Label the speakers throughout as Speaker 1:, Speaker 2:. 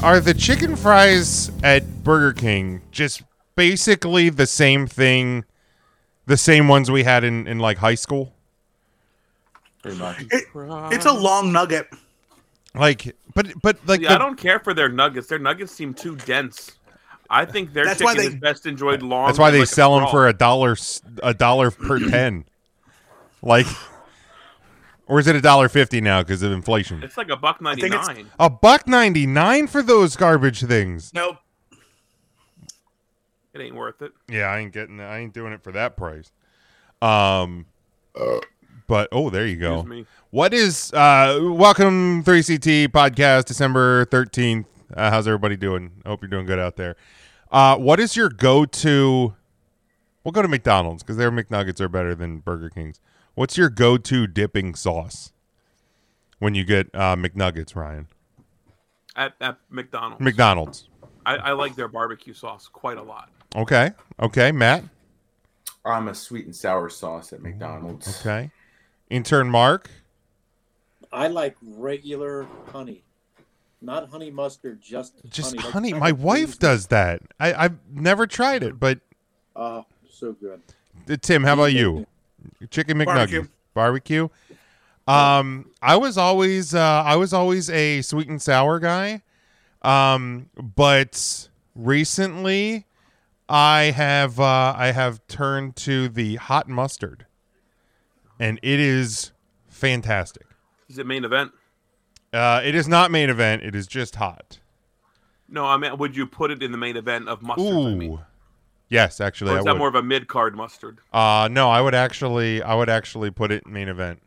Speaker 1: Are the chicken fries at Burger King just basically the same thing, the same ones we had in, in like high school?
Speaker 2: Pretty much.
Speaker 3: It's a long nugget.
Speaker 1: Like, but but like
Speaker 2: Yeah,
Speaker 1: the-
Speaker 2: I don't care for their nuggets. Their nuggets seem too dense. I think their
Speaker 3: That's why
Speaker 2: chicken
Speaker 3: they-
Speaker 2: is best enjoyed long.
Speaker 1: that's why
Speaker 2: and
Speaker 1: they
Speaker 2: like
Speaker 1: sell them
Speaker 2: raw.
Speaker 1: for a dollar s- a dollar per ten, like, or is it a dollar fifty now because of inflation?
Speaker 2: It's like a buck ninety
Speaker 3: think it's-
Speaker 2: nine.
Speaker 1: A buck ninety nine for those garbage things.
Speaker 3: Nope.
Speaker 2: It ain't worth it.
Speaker 1: Yeah, I ain't getting. I ain't doing it for that price. Um, but oh, there you go.
Speaker 2: Excuse me.
Speaker 1: What is uh welcome 3CT podcast December 13th. Uh, how's everybody doing? I hope you're doing good out there. Uh what is your go-to We'll go to McDonald's cuz their McNuggets are better than Burger King's. What's your go-to dipping sauce when you get uh McNuggets, Ryan?
Speaker 2: At, at McDonald's,
Speaker 1: McDonald's.
Speaker 2: I, I like their barbecue sauce quite a lot.
Speaker 1: Okay. Okay, Matt.
Speaker 4: I'm a sweet and sour sauce at McDonald's.
Speaker 1: Okay. Intern Mark.
Speaker 5: I like regular honey, not honey mustard, just
Speaker 1: Just
Speaker 5: honey. like
Speaker 1: honey,
Speaker 5: kind
Speaker 1: my
Speaker 5: of
Speaker 1: wife
Speaker 5: cheese.
Speaker 1: does that. I I've never tried it, but
Speaker 5: Oh, so good.
Speaker 1: Uh, Tim, how about you? Chicken
Speaker 3: Barbecue.
Speaker 1: McNuggets, barbecue. Um, I was always uh, I was always a sweet and sour guy, um, but recently I have uh, I have turned to the hot mustard, and it is fantastic.
Speaker 2: Is it main event?
Speaker 1: Uh, it is not main event; it is just hot.
Speaker 2: No, I mean, would you put it in the main event of mustard? I mean?
Speaker 1: Ooh, yes, actually,
Speaker 2: Or
Speaker 1: I
Speaker 2: is that
Speaker 1: would.
Speaker 2: more of a mid card mustard?
Speaker 1: Uh no, I would actually I would actually put it in main event.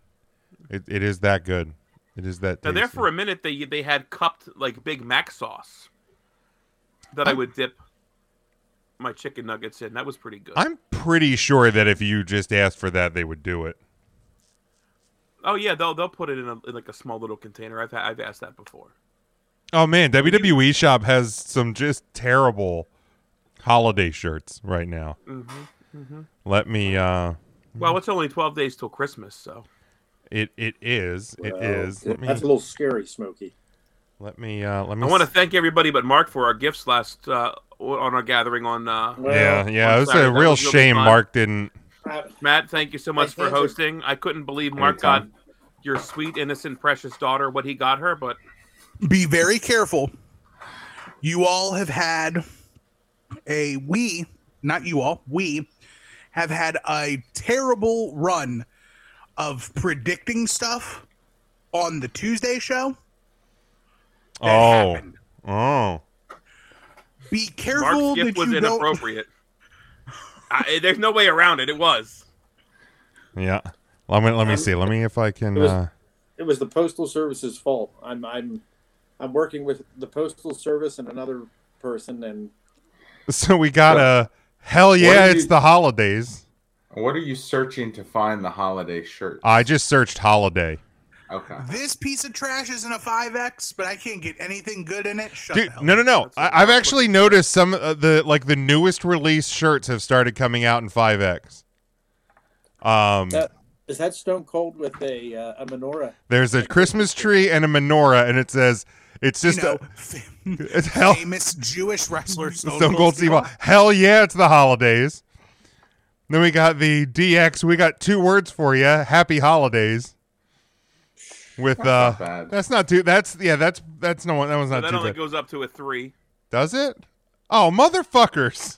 Speaker 1: It it is that good. It is that
Speaker 2: Now, there
Speaker 1: tasty.
Speaker 2: for a minute, they they had cupped like Big Mac sauce that I would dip my chicken nuggets in. That was pretty good.
Speaker 1: I'm pretty sure that if you just asked for that they would do it.
Speaker 2: Oh yeah, they'll they'll put it in, a, in like a small little container. I've ha- I've asked that before.
Speaker 1: Oh man, WWE shop has some just terrible holiday shirts right now. Let me uh
Speaker 2: Mm-hmm. Well, it's only twelve days till Christmas, so
Speaker 1: it it is. It
Speaker 5: Well,
Speaker 1: is. Let me
Speaker 5: That's a little scary, Smokey.
Speaker 1: let me uh let me
Speaker 2: I want to
Speaker 1: s-
Speaker 2: thank everybody but Mark for our gifts last uh, on our gathering on uh,
Speaker 5: Well,
Speaker 1: Yeah, yeah,
Speaker 2: on
Speaker 1: it was
Speaker 2: Saturday.
Speaker 1: a
Speaker 2: That
Speaker 1: real
Speaker 2: was really
Speaker 1: shame
Speaker 2: fun.
Speaker 1: Mark didn't
Speaker 5: I,
Speaker 2: Matt, thank you so much for
Speaker 5: thank you.
Speaker 2: hosting. I couldn't believe Mark got
Speaker 4: Anytime.
Speaker 2: your sweet, innocent, precious daughter what he got her, but
Speaker 3: be very careful. You all have had a we, not you all, we have had a terrible run of predicting stuff on the Tuesday show.
Speaker 1: Oh.
Speaker 3: happened.
Speaker 1: Oh.
Speaker 3: Be careful
Speaker 2: Mark's
Speaker 3: that
Speaker 2: gift was
Speaker 3: you don't.
Speaker 2: inappropriate. I, eh, there's no way around it. It was.
Speaker 1: Yeah. Let me let me see. Let me if I can
Speaker 5: It was-
Speaker 1: uh
Speaker 5: it was the postal service's fault. I'm I'm I'm working with the postal service and another person, and
Speaker 1: So we got a hell yeah,
Speaker 4: What do
Speaker 1: it's
Speaker 4: you-
Speaker 1: the holidays.
Speaker 4: What are you searching to find the holiday shirt?
Speaker 1: I just searched holiday.
Speaker 4: Okay.
Speaker 3: This piece of trash isn't a 5X, but I can't get anything good in it. Shut
Speaker 1: Dude,
Speaker 3: the hell
Speaker 1: no, no,
Speaker 3: up.
Speaker 1: no.
Speaker 2: That's what
Speaker 1: I, I've
Speaker 2: we're
Speaker 1: actually
Speaker 2: looking
Speaker 1: noticed some of the like the newest release shirts have started coming out in 5X. Um,
Speaker 5: that is that Stone Cold with a uh, a menorah.
Speaker 1: there's a Christmas tree and a menorah, and it says it's
Speaker 3: You
Speaker 1: just
Speaker 3: know,
Speaker 1: a, it's hell
Speaker 3: famous Jewish wrestler Stone,
Speaker 1: Stone Cold Steve Austin. Hell yeah, it's the holidays. Then we got the DX. We got two words for you: Happy Holidays. With
Speaker 4: That's
Speaker 1: uh,
Speaker 4: not bad.
Speaker 1: that's not too. That's yeah. That's that's no one. That one's
Speaker 2: So
Speaker 1: not
Speaker 2: that
Speaker 1: too
Speaker 2: only
Speaker 1: bad.
Speaker 2: goes up to a three.
Speaker 1: Does it? Oh, motherfuckers.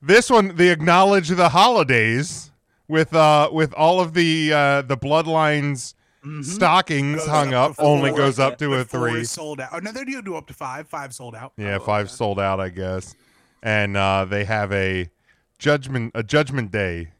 Speaker 1: this one, the acknowledge the holidays with uh with all of the uh the bloodlines stockings
Speaker 3: Mm-hmm. Goes
Speaker 1: hung
Speaker 3: up
Speaker 1: up
Speaker 3: to
Speaker 1: only
Speaker 3: four.
Speaker 1: goes up to
Speaker 3: But
Speaker 1: a
Speaker 3: four
Speaker 1: three.
Speaker 3: is sold out. Oh, no, they do do up to five. Five sold out.
Speaker 1: Yeah, five sold out, I guess. And uh they have a judgment a judgment day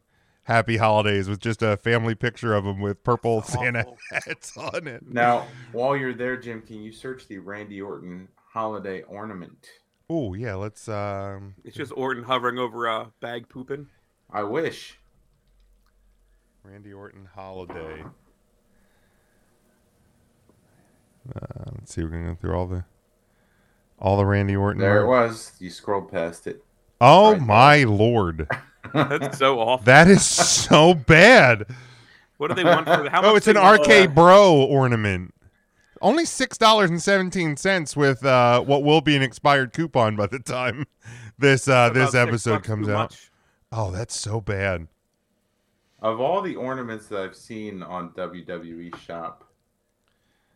Speaker 1: happy holidays with just a family picture of them with purple Santa
Speaker 2: awful.
Speaker 1: hats on it.
Speaker 4: Now, while you're there, Jim, can you search the Randy Orton holiday ornament?
Speaker 1: Oh yeah, let's um
Speaker 2: It's just Orton hovering over a bag pooping.
Speaker 4: I wish.
Speaker 1: Randy Orton holiday. Uh, let's see. We're gonna go through all the, all the Randy Orton.
Speaker 4: There it
Speaker 1: art.
Speaker 4: was. You scrolled past it.
Speaker 1: Oh
Speaker 4: Right there.
Speaker 1: my lord,
Speaker 2: That's so awful.
Speaker 1: that is so bad.
Speaker 2: What do they want for the? How
Speaker 1: Oh,
Speaker 2: much
Speaker 1: it's an
Speaker 2: they want-
Speaker 1: RK Bro ornament. Only six dollars and seventeen cents with uh, what will be an expired coupon by the time this uh, this
Speaker 2: About six
Speaker 1: episode
Speaker 2: bucks
Speaker 1: comes
Speaker 2: too
Speaker 1: out.
Speaker 2: much.
Speaker 1: Oh, that's so bad.
Speaker 4: Of all the ornaments that I've seen on WWE Shop,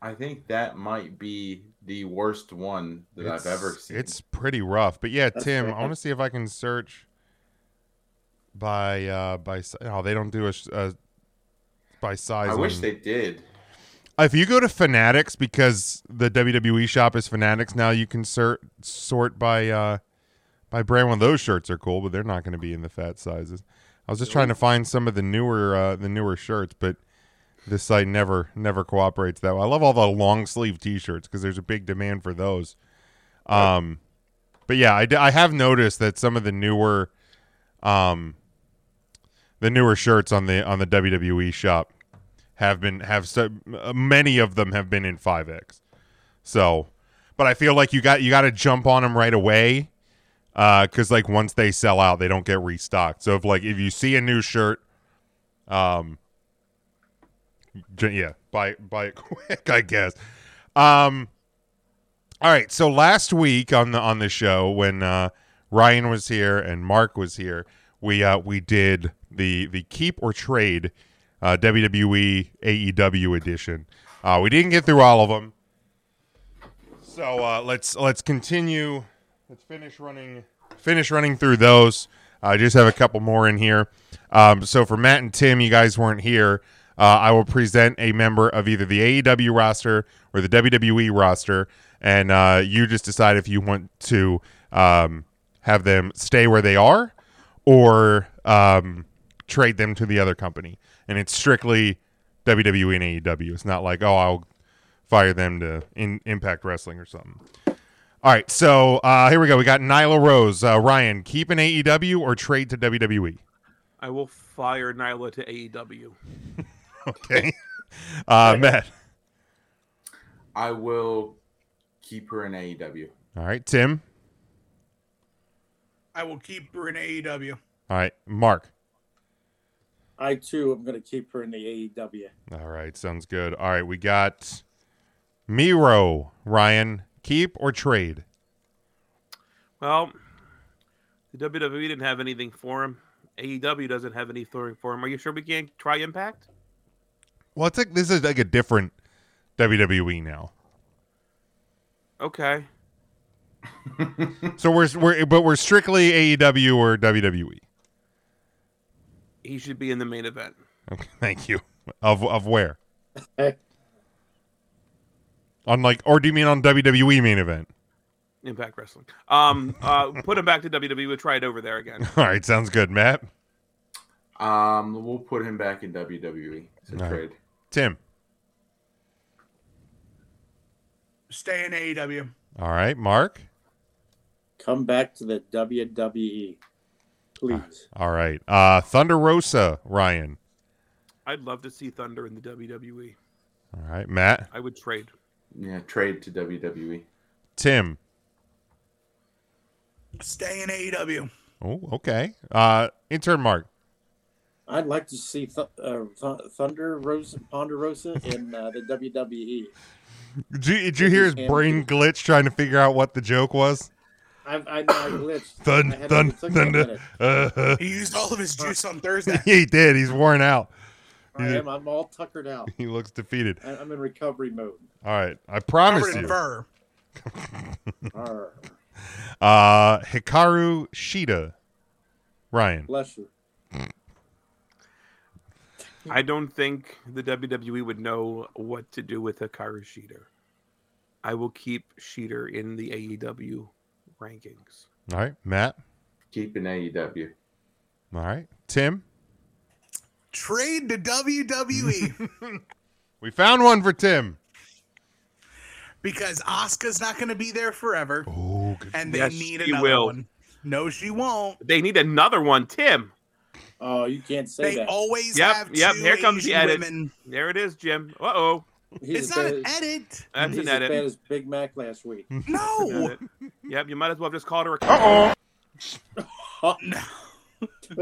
Speaker 4: I think that might be the worst one that I've ever
Speaker 1: It's-
Speaker 4: seen.
Speaker 1: It's pretty rough, but yeah,
Speaker 5: That's
Speaker 1: Tim,
Speaker 5: bad.
Speaker 1: I want to see if I can search by uh, by. si- Oh, they don't do a, sh- uh by size.
Speaker 4: I wish
Speaker 1: on-
Speaker 4: they did.
Speaker 1: If you go to Fanatics, because the WWE shop is Fanatics now, you can sort sort by uh, by brand. One of those shirts are cool, but they're not going to be in the fat sizes. I was just trying to find some of the newer uh, the newer shirts, but this site never never cooperates that. Well. I love all the long sleeve T-shirts because there's a big demand for those. Um, but yeah, I, d- I have noticed that some of the newer um, the newer shirts on the on the WWE shop have been have so uh, many of them have been in 5x so but i feel like you got you got to jump on them right away because like once they sell out they don't get restocked so if like if you see a new shirt um j- yeah buy buy it quick i guess um all right so last week on the on the show when uh ryan was here and mark was here we uh we did the the keep or trade uh, WWE AEW E edition. Uh, we didn't get through all of them, so uh, let's let's continue. Let's finish running finish running through those. I just have a couple more in here. Um, so for Matt and Tim, you guys weren't here. Uh, I will present a member of either the AEW roster or the WWE roster, and uh, you just decide if you want to um, have them stay where they are or um, trade them to the other company. And it's strictly WWE and AEW. It's not like, oh, I'll fire them to in- Impact Wrestling or something. All right, so uh, here we go. We got Nyla Rose. Uh, Ryan, keep an AEW or trade to E? WWE?
Speaker 2: I will fire Nyla to E AEW.
Speaker 1: Okay. Uh, Matt.
Speaker 4: I will keep her in E AEW.
Speaker 1: All right, Tim.
Speaker 3: I will keep her in E AEW.
Speaker 1: All right, Mark.
Speaker 5: I too am going to keep her in the E AEW.
Speaker 1: All right, sounds good. All right, we got Miro. Ryan, keep or trade?
Speaker 2: Well, the WWE didn't have anything for him. AEW doesn't have anything for him. Are you sure we can't try Impact?
Speaker 1: Well, it's like this is like a different WWE now.
Speaker 2: Okay.
Speaker 1: So we're we're but we're strictly AEW or E? WWE.
Speaker 2: He should be in the main event.
Speaker 1: Okay, thank you. Of of where? on like, or do you mean on WWE main event?
Speaker 2: Impact Wrestling. Um, uh, put him back to WWE. We'll try it over there again.
Speaker 1: All right, sounds good. Matt,
Speaker 4: Um, we'll put him back in WWE. It's a
Speaker 1: All right.
Speaker 4: trade.
Speaker 1: Tim.
Speaker 3: Stay in E AEW.
Speaker 1: All right, Mark.
Speaker 5: Come back to the WWE, please.
Speaker 1: All right, uh, Thunder Rosa, Ryan.
Speaker 2: I'd love to see Thunder in the WWE.
Speaker 1: All right, Matt,
Speaker 2: I would trade.
Speaker 4: Yeah, trade to E. WWE.
Speaker 1: Tim.
Speaker 3: Stay in E AEW.
Speaker 1: Oh, okay. Uh, intern Mark.
Speaker 5: I'd like to see Th- uh, Th- Thunder Rosa, Ponderosa in uh, the WWE.
Speaker 1: Did you, did you hear his brain glitch trying to figure out what the joke was?
Speaker 5: I, I, I glitched.
Speaker 1: Thun,
Speaker 5: I had- it
Speaker 1: thun,
Speaker 5: took me a
Speaker 1: thunder.
Speaker 5: minute.
Speaker 1: Uh,
Speaker 3: He used all of his juice on Thursday.
Speaker 1: he did. He's worn out.
Speaker 5: I am. I'm all tuckered out.
Speaker 1: He looks defeated.
Speaker 5: I- I'm in recovery mode.
Speaker 1: All right, I
Speaker 3: Covered
Speaker 1: promise
Speaker 3: in
Speaker 1: you.
Speaker 3: fur.
Speaker 5: Arr,
Speaker 1: Uh, Hikaru Shida, Ryan.
Speaker 5: bless you.
Speaker 2: I don't think the WWE would know what to do with Hikaru Shida. I will keep Sheeter in the AEW rankings.
Speaker 1: All right, Matt.
Speaker 4: Keep E in AEW.
Speaker 1: All right, Tim.
Speaker 3: Trade to E WWE
Speaker 1: We found one for Tim.
Speaker 3: because Asuka's not going to be there forever,
Speaker 1: Oh, good.
Speaker 3: and they
Speaker 2: Yes,
Speaker 3: need
Speaker 2: she
Speaker 3: another
Speaker 2: will.
Speaker 3: one. No, she won't.
Speaker 2: They need another one, Tim.
Speaker 5: Oh, you can't say
Speaker 3: they
Speaker 5: that.
Speaker 3: always
Speaker 2: Yep,
Speaker 3: have
Speaker 2: yep,
Speaker 3: two
Speaker 2: here comes the
Speaker 3: Asian
Speaker 2: edit.
Speaker 3: women.
Speaker 2: There it is, Jim. Uh oh.
Speaker 5: He's
Speaker 3: it's
Speaker 5: as
Speaker 3: not
Speaker 5: bad
Speaker 3: an
Speaker 5: as-
Speaker 3: edit.
Speaker 2: That's an
Speaker 5: He's as bad
Speaker 2: edit.
Speaker 5: as Big Mac last week.
Speaker 3: No.
Speaker 2: Edit. Yep, you might as well have just called her a
Speaker 1: Oh.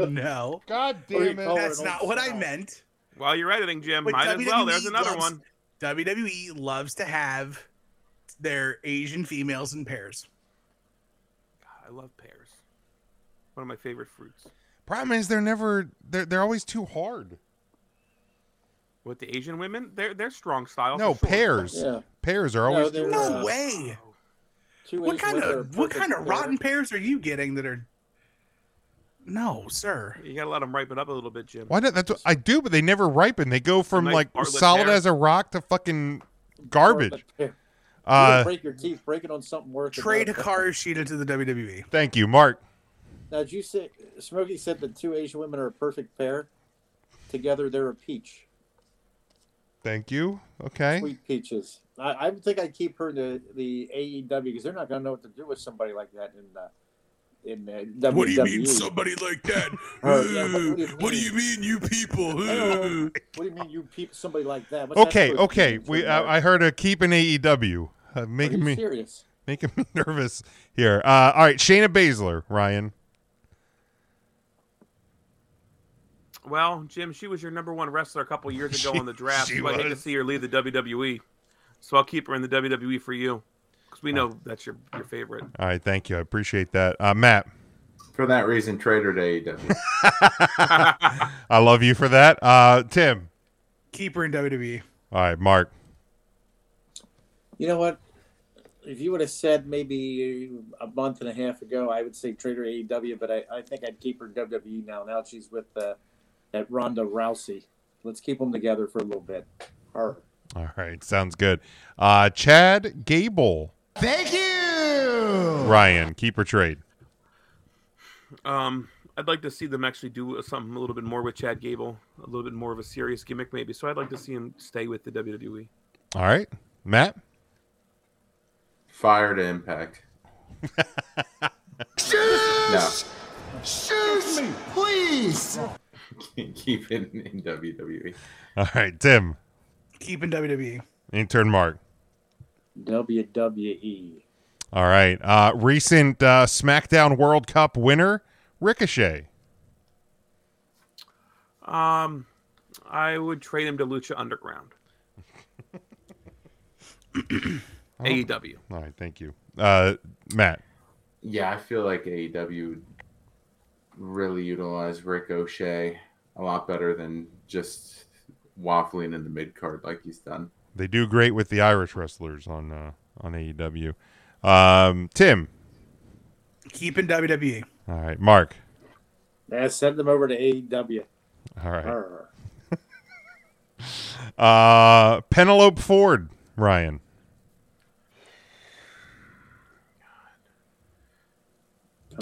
Speaker 3: no.
Speaker 1: God
Speaker 5: damn it.
Speaker 3: That's not what I meant.
Speaker 2: While you're editing, Jim,
Speaker 3: But
Speaker 2: might as well.
Speaker 3: WWE
Speaker 1: E
Speaker 2: There's another
Speaker 3: loves-
Speaker 2: one.
Speaker 3: WWE E loves to have their Asian females in pairs.
Speaker 2: God, I love pears. One of my favorite fruits.
Speaker 1: Problem is, they're never they're they're always too hard.
Speaker 2: With the Asian women, they're they're strong style.
Speaker 1: No
Speaker 2: for sure. Oh,
Speaker 1: pears.
Speaker 5: Yeah.
Speaker 1: Pears are always.
Speaker 5: they were,
Speaker 3: No
Speaker 5: uh,
Speaker 3: way.
Speaker 5: two
Speaker 3: What
Speaker 5: Asian
Speaker 3: kind
Speaker 5: women are
Speaker 3: of what
Speaker 5: perfect
Speaker 3: kind of
Speaker 5: pair.
Speaker 3: rotten pears are you getting that are? No, sir.
Speaker 2: You gotta let them ripen up a little bit, Jim.
Speaker 1: why not? That's what I do, but they never ripen. They go from
Speaker 2: nice
Speaker 1: like
Speaker 2: Bartlett
Speaker 1: solid
Speaker 2: pear.
Speaker 1: as a rock to fucking
Speaker 5: Or
Speaker 1: garbage.
Speaker 5: a pair. You
Speaker 1: Uh,
Speaker 5: don't break your teeth. Break it on something worth. it.
Speaker 3: Trade Hikaru Shida to the E. WWE.
Speaker 1: Uh, thank you, Mark.
Speaker 5: Now, did you say Smokey said that two Asian women are a perfect pair? Together, they're a peach.
Speaker 1: Thank you. Okay.
Speaker 5: Sweet peaches. I, I would think I'd keep her in the, the AEW because they're not going to know what to do with somebody like that in the in the E. WWE.
Speaker 3: like that?
Speaker 5: Oh, yeah, but what do you
Speaker 3: Uh,
Speaker 5: mean?
Speaker 3: mean, you people?
Speaker 5: Oh. What do you mean you peep somebody like that? What's that
Speaker 1: Okay.
Speaker 5: supposed to
Speaker 1: Okay.
Speaker 5: mean?
Speaker 1: We
Speaker 5: Are
Speaker 1: I, I heard a keep an AEW. Uh,
Speaker 5: you
Speaker 1: making me
Speaker 5: serious?
Speaker 1: making me nervous here. Uh, all right, Shayna Baszler, Ryan.
Speaker 2: Well, Jim, she was your number one wrestler a couple years ago
Speaker 1: She-
Speaker 2: in the draft.
Speaker 1: she
Speaker 2: so I hate to
Speaker 1: was.
Speaker 2: see her leave the WWE. So I'll keep her in the WWE for you, because we know that's your your favorite.
Speaker 1: All right, thank you. I appreciate that. Uh, Matt,
Speaker 4: For that reason, trade her to E AEW.
Speaker 1: I love you for that. Uh, Tim.
Speaker 3: Keeper in E. WWE.
Speaker 1: All right, Mark.
Speaker 5: You know what? If you would have said maybe a month and a half ago, I would say trade her AEW, but I, I think I'd keep her in WWE now. Now she's with uh, that Ronda Rousey. Let's keep them together for a little bit. Her.
Speaker 1: All right, sounds good. Uh, Chad Gable. Thank you. Ryan, keep or trade.
Speaker 2: Um, I'd like to see them actually do something a little bit more with Chad Gable, a little bit more of a serious gimmick maybe. So I'd like to see him stay with the E. WWE.
Speaker 1: All right, Matt.
Speaker 4: Fire to Impact. no,
Speaker 6: Please!
Speaker 4: keep it in, in E. WWE.
Speaker 1: All right, Tim.
Speaker 3: Keep in E. WWE.
Speaker 1: Intern Mark.
Speaker 5: WWE.
Speaker 1: All right. Uh, recent uh, SmackDown World Cup winner, Ricochet.
Speaker 2: Um, I would trade him to Lucha Underground. AEW.
Speaker 1: All right, thank you. Uh, Matt.
Speaker 4: Yeah, I feel like AEW really utilized Rick O'Shea a lot better than just waffling in the mid card like he's done.
Speaker 1: They do great with the Irish wrestlers on uh, on AEW. Um, Tim.
Speaker 3: Keep in E. WWE.
Speaker 1: All right, Mark.
Speaker 5: Yeah, send them over to AEW.
Speaker 1: All right.
Speaker 5: Her.
Speaker 1: Uh, Penelope Ford, Ryan.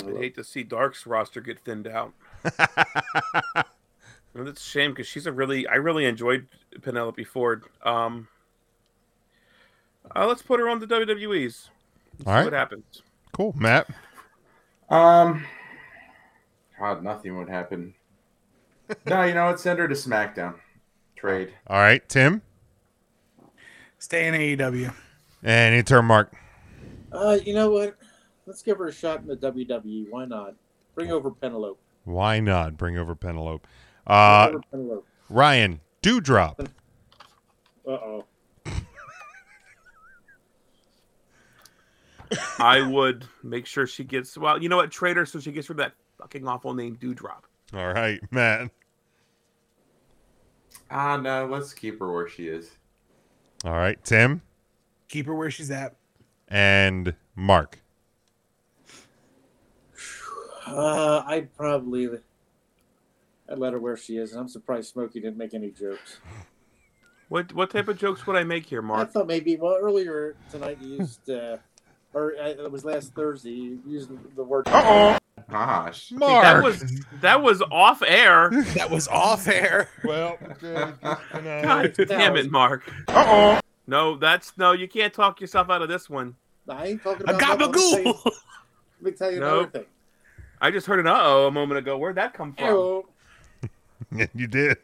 Speaker 2: I'd hate to see Dark's roster get thinned out. and that's a shame because she's a really I really enjoyed Penelope Ford. Um, uh, let's put her on the WWE's. Let's
Speaker 1: All
Speaker 2: see
Speaker 1: right.
Speaker 2: what happens?
Speaker 1: Cool. Matt.
Speaker 4: Um, God, nothing would happen. no, you know what? Send her to SmackDown. Trade.
Speaker 1: All right, Tim.
Speaker 3: Stay in E AEW.
Speaker 1: And intern Mark.
Speaker 5: Uh, you know what? Let's give her a shot in the WWE. Why not? Bring over Penelope.
Speaker 1: Why not bring over Penelope?
Speaker 5: Bring
Speaker 1: Uh,
Speaker 5: over Penelope.
Speaker 1: Ryan, Dewdrop.
Speaker 5: Uh oh.
Speaker 2: I would make sure she gets well. You know what? Trade her so she gets rid of that fucking awful name Dewdrop.
Speaker 1: All right, Matt.
Speaker 4: Ah, no, let's keep her where she is.
Speaker 1: All right, Tim
Speaker 3: Keep her where she's at.
Speaker 1: and Mark.
Speaker 5: Uh, I'd probably I'd let her where she is, and I'm surprised Smokey didn't make any jokes.
Speaker 2: What what type of jokes would I make here,
Speaker 5: I
Speaker 2: Mark?
Speaker 5: thought maybe well earlier tonight you used uh, or uh, it was last Thursday you used the word.
Speaker 1: Uh
Speaker 4: Gosh.
Speaker 1: Mark.
Speaker 2: That was that was off air.
Speaker 3: That was off air.
Speaker 1: well,
Speaker 2: God damn it, Mark. Uh oh. No, that's no. You can't talk yourself out of this one.
Speaker 5: I ain't talking
Speaker 3: A
Speaker 5: about nothing. Let me tell you-
Speaker 3: gabagool.
Speaker 5: Let me tell you
Speaker 2: No.
Speaker 5: another thing.
Speaker 2: I just heard an uh oh a moment ago. Where'd that come from?
Speaker 5: Oh,
Speaker 1: you did.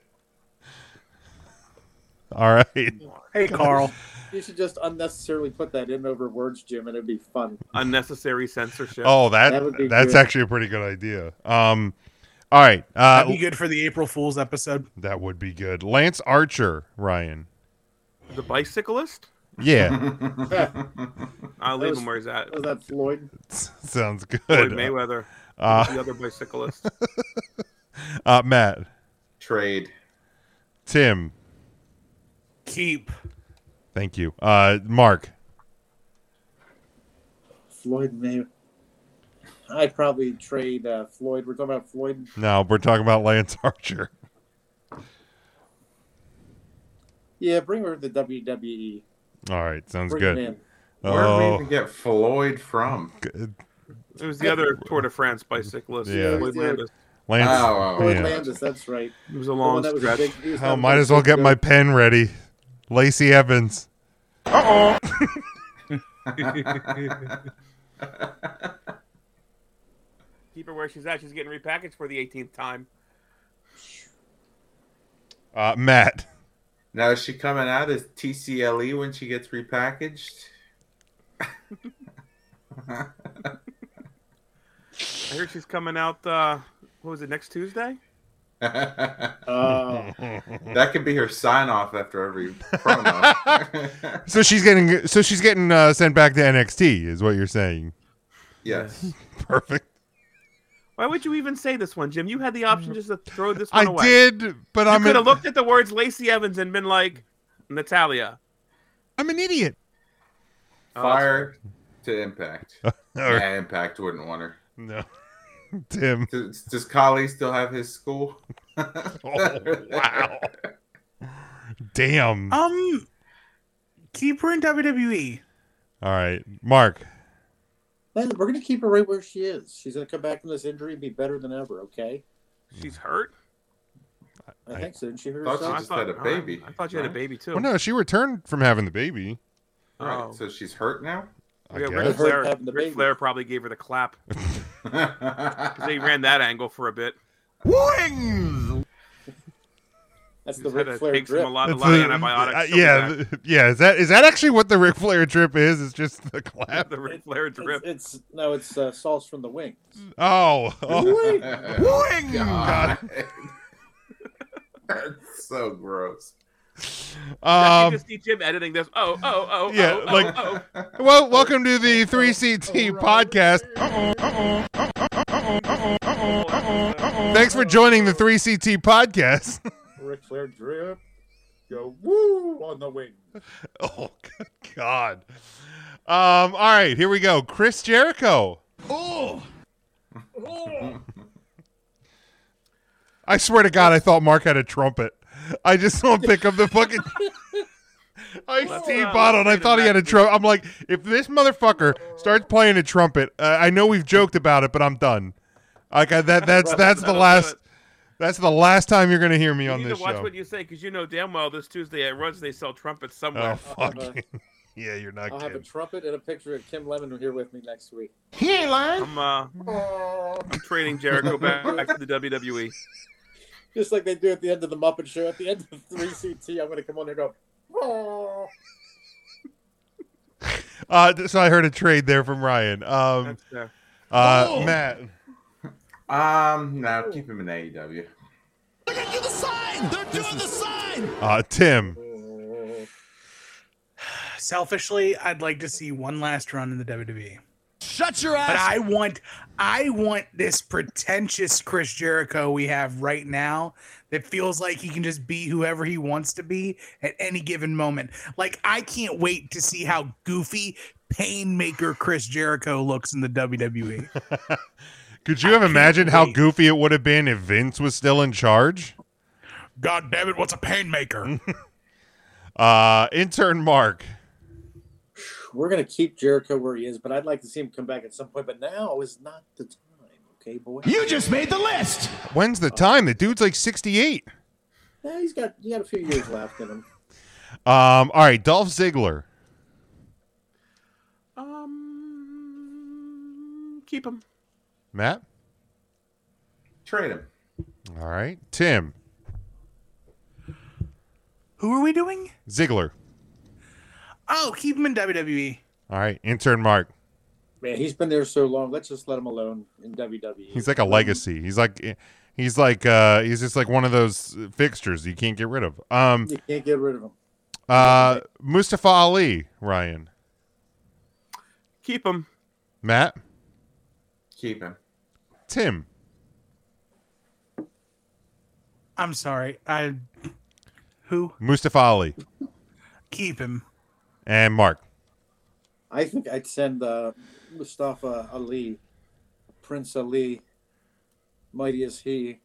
Speaker 1: All right.
Speaker 3: Hey, Carl.
Speaker 5: you should just unnecessarily put that in over words, Jim, and it'd be fun.
Speaker 2: Unnecessary censorship.
Speaker 1: Oh, that,
Speaker 5: That would be
Speaker 1: that's
Speaker 5: good.
Speaker 1: actually a pretty good idea. Um, all right. Uh,
Speaker 3: That'd be good for the April Fool's episode.
Speaker 1: that would be good. Lance Archer, Ryan.
Speaker 2: The bicyclist?
Speaker 1: Yeah,
Speaker 2: I'll leave
Speaker 5: was-
Speaker 2: him where he's at.
Speaker 5: Was that Floyd?
Speaker 1: sounds
Speaker 2: Floyd
Speaker 1: good.
Speaker 2: Mayweather,
Speaker 1: Uh,
Speaker 2: the other bicyclist.
Speaker 1: uh, Matt,
Speaker 4: Trade.
Speaker 1: Tim,
Speaker 3: Keep.
Speaker 1: thank you. Uh, Mark,
Speaker 5: Floyd May. I probably trade uh, Floyd. We're talking about Floyd.
Speaker 1: no, we're talking about Lance Archer.
Speaker 5: Yeah, bring her to WWE.
Speaker 1: All right, sounds
Speaker 5: E. Bring
Speaker 1: good.
Speaker 5: him in.
Speaker 4: Where did we
Speaker 1: Oh,
Speaker 4: even get Floyd from?
Speaker 1: good.
Speaker 2: It was the other Tour de France bicyclist.
Speaker 1: Yeah.
Speaker 2: Floyd
Speaker 5: Yeah.
Speaker 2: Landis.
Speaker 1: Lance.
Speaker 4: Oh,
Speaker 5: Floyd
Speaker 1: Yeah.
Speaker 5: Landis, that's right.
Speaker 2: It was a
Speaker 5: The one
Speaker 2: long
Speaker 5: that was
Speaker 2: stretch.
Speaker 5: big- he was
Speaker 1: Hell,
Speaker 5: not
Speaker 1: might
Speaker 5: big
Speaker 1: as well get
Speaker 5: though.
Speaker 1: my pen ready. Lacey Evans.
Speaker 2: Keep her where she's at. She's getting repackaged for the 18th time.
Speaker 1: Uh, Matt.
Speaker 4: now is she coming out as TCLE E when she gets repackaged?
Speaker 2: I heard she's coming out. Uh, what was it next Tuesday?
Speaker 4: that
Speaker 5: Oh,
Speaker 4: could be her sign off after every promo.
Speaker 1: So she's getting so she's getting uh, sent back to NXT is what you're saying.
Speaker 4: yes.
Speaker 1: Perfect.
Speaker 2: Why would you even say this one, Jim? You had the option just to throw this
Speaker 1: I
Speaker 2: one away.
Speaker 1: did, but
Speaker 2: You
Speaker 1: I'm
Speaker 2: could have
Speaker 1: an,
Speaker 2: looked at the words Lacey Evans and been like, Natalia.
Speaker 1: I'm an idiot.
Speaker 2: Oh,
Speaker 4: Fire to Impact.
Speaker 1: All right.
Speaker 4: Yeah, Impact wouldn't want her.
Speaker 1: No. Tim.
Speaker 4: Does, does Kali still have his school?
Speaker 1: Oh, wow. Damn. All
Speaker 3: Um, keep her in E. WWE.
Speaker 1: right. Mark.
Speaker 5: Man, we're gonna keep her right where she is. She's gonna come back from this injury and be better than ever. Okay,
Speaker 2: She's hurt.
Speaker 5: I,
Speaker 1: I-
Speaker 5: think so. Didn't she hurt
Speaker 4: Thought she
Speaker 2: Oh, I
Speaker 5: herself?
Speaker 4: just had a
Speaker 2: oh,
Speaker 4: baby,
Speaker 2: I, thought you had a
Speaker 4: right?
Speaker 2: baby too.
Speaker 1: Well, no, she returned from having the baby.
Speaker 4: All right,
Speaker 2: Oh.
Speaker 4: so she's hurt now?
Speaker 1: I
Speaker 2: yeah,
Speaker 1: guess.
Speaker 2: Ric
Speaker 5: Hurt
Speaker 2: Flair,
Speaker 5: having the
Speaker 2: Ric
Speaker 5: baby.
Speaker 2: Flair probably gave her the clap because they
Speaker 4: they
Speaker 2: ran that angle for a bit.
Speaker 1: Wings.
Speaker 5: That's the
Speaker 2: Just had
Speaker 5: Ric
Speaker 2: to
Speaker 5: Flair
Speaker 2: take some a
Speaker 5: drip.
Speaker 2: lot, a
Speaker 1: That's
Speaker 2: lot of
Speaker 1: a-
Speaker 2: antibiotics.
Speaker 1: uh,
Speaker 2: She'll be
Speaker 1: yeah,
Speaker 2: back.
Speaker 1: th- yeah. Is that is that actually what the Ric Flair drip is? It's just the Um, clap.
Speaker 2: the Ric Flair
Speaker 5: It's,
Speaker 2: drip.
Speaker 5: it's no, it's uh, sauce from the wings.
Speaker 1: Oh, oh. Boing!
Speaker 4: God. That's so gross.
Speaker 2: I can
Speaker 1: Um,
Speaker 2: just see Jim editing this. Oh, oh, oh,
Speaker 1: Yeah,
Speaker 2: oh, oh,
Speaker 1: like-
Speaker 2: oh.
Speaker 1: Well, welcome to the 3CT podcast.
Speaker 2: oh.
Speaker 1: Thanks for joining the 3CT podcast.
Speaker 5: Ric Flair drip. Go woo on the wings.
Speaker 1: Oh, good God. Um, all right, here we go. Chris Jericho. I swear to God, I thought Mark had a trumpet. I just saw him pick up the fucking. I
Speaker 2: Well,
Speaker 1: Steve
Speaker 2: uh,
Speaker 1: Bottle, and I
Speaker 2: wait a
Speaker 1: thought he had a
Speaker 2: minute.
Speaker 1: trumpet. I'm like, if this motherfucker starts playing a trumpet, uh, I know we've joked about it, but I'm done. Like I, that, that's that's the
Speaker 2: That'll do
Speaker 1: last.
Speaker 2: it.
Speaker 1: That's the last time you're gonna hear me
Speaker 2: You
Speaker 1: on
Speaker 2: need to
Speaker 1: this
Speaker 2: watch
Speaker 1: show.
Speaker 2: what you say because you know damn well this Tuesday at Runs they sell trumpets
Speaker 1: Oh
Speaker 2: somewhere.
Speaker 1: fuck!
Speaker 5: I'll have a-
Speaker 1: yeah, you're not
Speaker 5: I'll have a
Speaker 1: kidding.
Speaker 5: trumpet and a picture of Kim Lemon here with me next week.
Speaker 2: I'm uh, I'm trading Jericho back, back to the E. WWE.
Speaker 5: Just like they do at the end of the Muppet Show, at the end of 3CT, I'm going to come on there and go, "Oh."
Speaker 1: Uh, th- so I heard a trade there from Ryan. Um,
Speaker 2: That's fair.
Speaker 1: uh, Matt,
Speaker 4: Um, no, keep him in AEW.
Speaker 1: uh, Tim.
Speaker 3: Selfishly, I'd like to see one last run in the E. WWE. Shut your ass. But I want, I want this pretentious Chris Jericho we have right now that feels like he can just be whoever he wants to be at any given moment. Like I can't wait to see how goofy painmaker Chris Jericho looks in the E. WWE.
Speaker 1: Could you have
Speaker 3: can't
Speaker 1: imagined how
Speaker 3: wait.
Speaker 1: goofy it would have been if Vince was still in charge?
Speaker 3: God damn it, what's a painmaker?
Speaker 1: Uh, intern Mark.
Speaker 5: We're going to keep Jericho where he is, but I'd like to see him come back at some point. But now is not the time, okay, boy?
Speaker 1: When's the time? The dude's like 68.
Speaker 5: Yeah, he's got, he got a few years left in him.
Speaker 1: Um, all right, Dolph Ziggler.
Speaker 2: Um, keep him.
Speaker 1: Matt.
Speaker 4: Trade him.
Speaker 1: All right, Tim.
Speaker 3: Who are we doing?
Speaker 1: Ziggler.
Speaker 3: Oh, keep him in E. WWE.
Speaker 1: All right, intern Mark.
Speaker 5: Man, he's been there so long. Let's just let him alone in E. WWE.
Speaker 1: He's like a legacy. He's like he's like uh he's just like one of those fixtures you can't get rid of. Um
Speaker 5: you can't get rid of him.
Speaker 1: Uh, Mustafa Ali, Ryan,
Speaker 2: Keep him.
Speaker 1: Matt,
Speaker 4: Keep him.
Speaker 1: Tim.
Speaker 3: I'm sorry. I who
Speaker 1: Mustafa Ali
Speaker 3: keep him?
Speaker 1: and Mark.
Speaker 5: I think I'd send uh, Mustafa Ali, Prince Ali, mighty as he.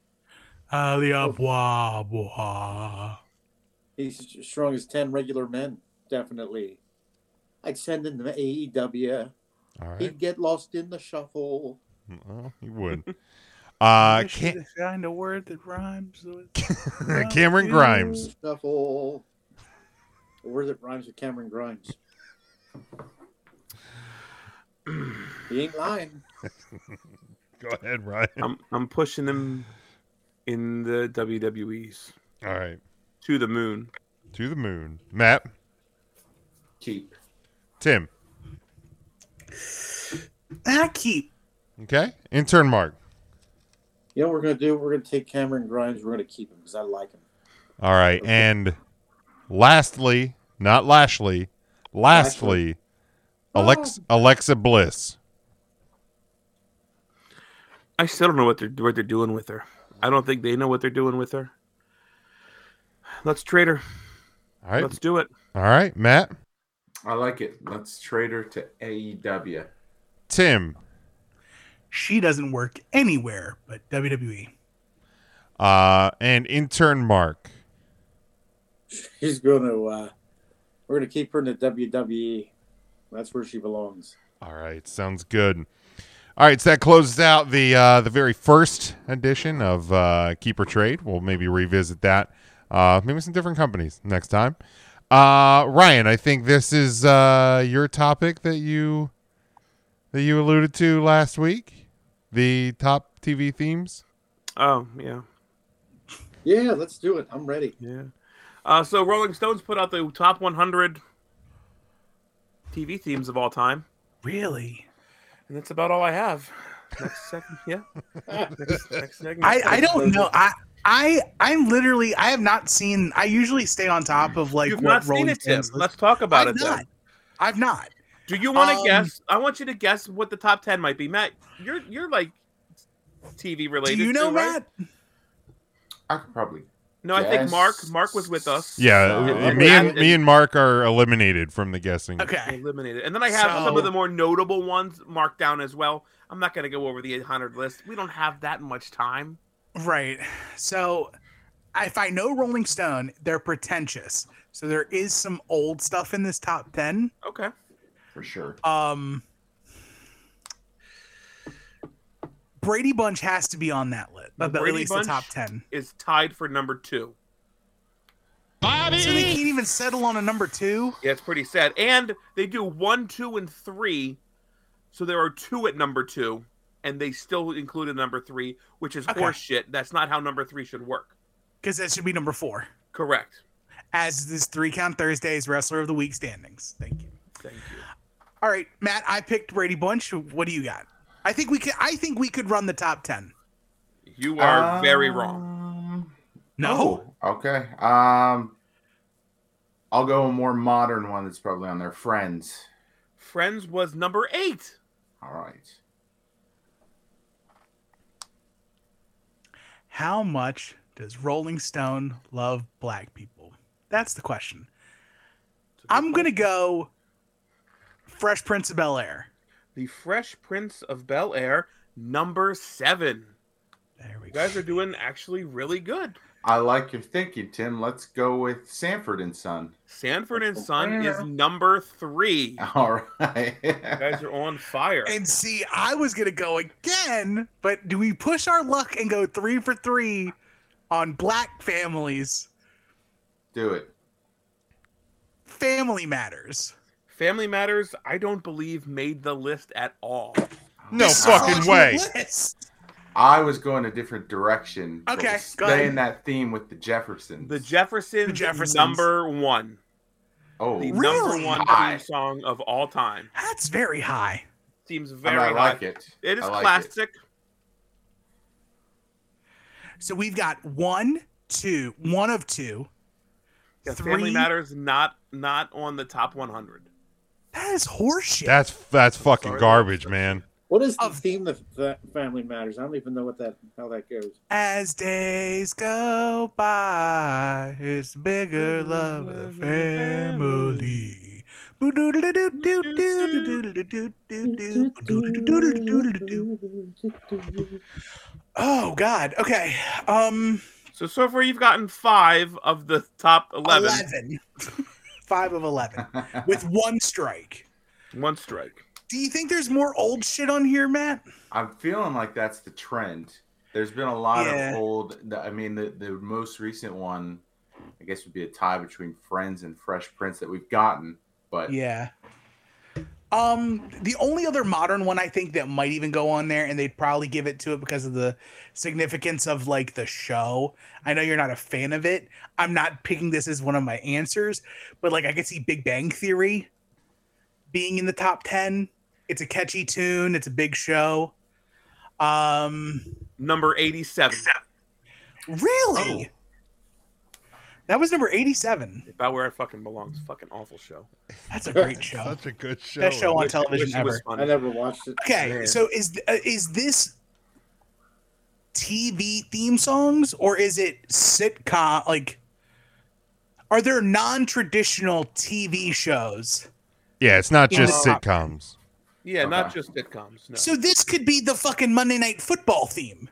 Speaker 3: Uh, the
Speaker 1: Uh,
Speaker 3: abwa
Speaker 5: He's as strong as ten regular men, definitely. I'd send him to AEW.
Speaker 1: All right,
Speaker 5: He'd get lost in the shuffle.
Speaker 1: well, you would. Uh, Ca-
Speaker 3: find a word that rhymes with
Speaker 1: Cameron Grimes.
Speaker 5: Shuffle. A word that rhymes with Cameron Grimes. he ain't lying.
Speaker 1: Go ahead, Ryan.
Speaker 2: I'm I'm pushing him in the WWE's
Speaker 1: All right,
Speaker 2: to the moon.
Speaker 1: to the moon. Matt,
Speaker 4: Keep.
Speaker 1: Tim.
Speaker 3: I keep.
Speaker 1: Okay, intern Mark.
Speaker 5: You know what we're gonna do? We're gonna take Cameron Grimes. We're gonna keep him because I like him.
Speaker 1: All right, and lastly, not Lashley, lastly, Oh. Alex Alexa Bliss.
Speaker 2: I still don't know what they're what they're doing with her. I don't think they know what they're doing with her. Let's trade her.
Speaker 1: All right,
Speaker 2: Let's do it.
Speaker 1: all right, Matt,
Speaker 4: I like it. Let's trade her to E AEW.
Speaker 1: Tim.
Speaker 3: She doesn't work anywhere but E. WWE.
Speaker 1: Uh, and intern Mark.
Speaker 5: She's gonna. Uh, we're gonna keep her in the WWE. That's where she belongs.
Speaker 1: All right, sounds good. All right, so that closes out the uh, the very first edition of uh, Keeper Trade. We'll maybe revisit that, uh, maybe some different companies next time. Uh, Ryan, I think this is uh, your topic that you that you alluded to last week, the top TV themes.
Speaker 2: Oh yeah,
Speaker 5: Yeah, let's do it. I'm ready.
Speaker 2: yeah. Uh, so Rolling Stones put out the top 100 TV themes of all time,
Speaker 3: Really?
Speaker 2: and that's about all I have. Next second, yeah. Next, next segment.
Speaker 3: I, I don't know. I I I literally I have not seen. I usually stay on top of like
Speaker 2: You've
Speaker 3: what
Speaker 2: not
Speaker 3: Rolling
Speaker 2: seen it, Tim.
Speaker 3: Stones
Speaker 2: Let's talk about
Speaker 3: I've
Speaker 2: it. Then.
Speaker 3: not. I've not.
Speaker 2: Do you want to
Speaker 3: Um,
Speaker 2: guess? I want you to guess what the top ten might be. Matt, you're you're like TV related.
Speaker 3: Do you know
Speaker 2: too, right?
Speaker 3: that?
Speaker 4: I could probably.
Speaker 2: No, I think
Speaker 4: Yes.
Speaker 2: Mark Mark was with us.
Speaker 1: Yeah,
Speaker 4: So-
Speaker 1: uh, me and me and Mark are eliminated from the guessing.
Speaker 3: Okay.
Speaker 2: Eliminated, and then I have some
Speaker 3: So-
Speaker 2: of the more notable ones marked down as well. I'm not going to go over the 800 list. We don't have that much time.
Speaker 3: Right. So if I know Rolling Stone, they're pretentious. So there is some old stuff in this top ten.
Speaker 2: Okay.
Speaker 4: For sure.
Speaker 3: Um Brady Bunch has to be on that list. But at
Speaker 2: Brady
Speaker 3: least
Speaker 2: Bunch?
Speaker 3: the top ten.
Speaker 2: Is tied for number two.
Speaker 3: So they can't even settle on a number two.
Speaker 2: Yeah, it's pretty sad. And they do one, two, and three. So there are two at number two, and they still include a number three, which is
Speaker 3: Okay.
Speaker 2: horseshit. That's not how number three should work.
Speaker 3: Because that should be number four.
Speaker 2: Correct.
Speaker 3: As this three count Thursday's wrestler of the week standings. Thank you.
Speaker 2: Thank you.
Speaker 3: All right, Matt, I picked Brady Bunch. What do you got? I think we could I think we could run the top ten.
Speaker 2: You are
Speaker 3: Um,
Speaker 2: very wrong.
Speaker 4: Um,
Speaker 3: No.
Speaker 4: Oh, Okay. Um, I'll go a more modern one that's probably on there. Friends.
Speaker 2: Friends was number eight.
Speaker 4: All right.
Speaker 3: How much does Rolling Stone love black people? That's the question. I'm gonna go Fresh Prince of Bel Air.
Speaker 2: The Fresh Prince of Bel Air, number seven.
Speaker 3: There we
Speaker 2: You
Speaker 3: go.
Speaker 2: guys are doing actually really good.
Speaker 4: I like your thinking, Tim. Let's go with Sanford and Son.
Speaker 2: Sanford and Son is
Speaker 4: Wow.
Speaker 2: number three. You
Speaker 4: All right.
Speaker 2: guys are on fire.
Speaker 3: And see, I was gonna go again, but do we push our luck and go three for three on black families?
Speaker 4: Do it.
Speaker 3: Family matters.
Speaker 2: Family Matters, I don't believe made the list at all.
Speaker 1: No
Speaker 3: This is
Speaker 1: fucking
Speaker 3: on
Speaker 1: way.
Speaker 3: the list.
Speaker 4: I was going a different direction. but
Speaker 3: Okay,
Speaker 4: we'll
Speaker 3: go
Speaker 4: Stay
Speaker 3: ahead.
Speaker 4: in that theme with the Jeffersons.
Speaker 2: The Jeffersons,
Speaker 3: The Jeffersons.
Speaker 2: number one.
Speaker 4: oh,
Speaker 2: The
Speaker 3: Really?
Speaker 2: number one
Speaker 4: Hi.
Speaker 2: theme song of all time.
Speaker 3: That's very high.
Speaker 2: Seems
Speaker 4: I mean,
Speaker 2: very
Speaker 4: I
Speaker 2: high.
Speaker 4: like it.
Speaker 2: It is
Speaker 4: I like
Speaker 2: classic.
Speaker 3: So we've got one, two, one of two,
Speaker 2: Yeah,
Speaker 3: Three?
Speaker 2: Family Matters not not on the top 100.
Speaker 3: That is horseshit.
Speaker 1: That's that's fucking
Speaker 2: Sorry.
Speaker 1: garbage, man.
Speaker 5: What is the
Speaker 3: Of-
Speaker 5: theme of the Family Matters? I don't even know what that how that goes.
Speaker 3: As days go by, it's bigger love of the family. Oh God. Okay. Um.
Speaker 2: So so far you've gotten five of the top 11.
Speaker 3: 11. Five of eleven with one strike.
Speaker 2: One strike.
Speaker 3: Do you think there's more old shit on here, Matt?
Speaker 4: I'm feeling like that's the trend. There's been a lot
Speaker 3: Yeah.
Speaker 4: of old. the- I mean, the, the most recent one, I guess, would be a tie between Friends and Fresh Prince that we've gotten. But
Speaker 3: Yeah. Um, the only other modern one I think that might even go on there, and they'd probably give it to it because of the significance of like the show. I know you're not a fan of it. I'm not picking this as one of my answers, but like I could see Big Bang Theory being in the top ten. It's a catchy tune. It's a big show. Um,
Speaker 2: Number 87.
Speaker 3: really,
Speaker 2: Oh.
Speaker 3: that was number eighty-seven.
Speaker 2: About where I fucking belongs. Fucking awful show.
Speaker 3: That's a great show.
Speaker 1: Such a good show.
Speaker 3: Best show on
Speaker 2: Wish-
Speaker 3: television
Speaker 2: wish it
Speaker 3: ever.
Speaker 2: was
Speaker 5: I
Speaker 2: funny.
Speaker 5: never watched it.
Speaker 3: Okay,
Speaker 5: Man.
Speaker 3: so is th- uh, is this TV theme songs or is it sitcom? Like, are there non-traditional TV shows?
Speaker 1: Yeah, it's not just
Speaker 3: Yeah.
Speaker 1: sitcoms.
Speaker 2: Yeah, not
Speaker 4: Okay.
Speaker 2: just sitcoms. No.
Speaker 3: So this could be the fucking Monday Night Football theme.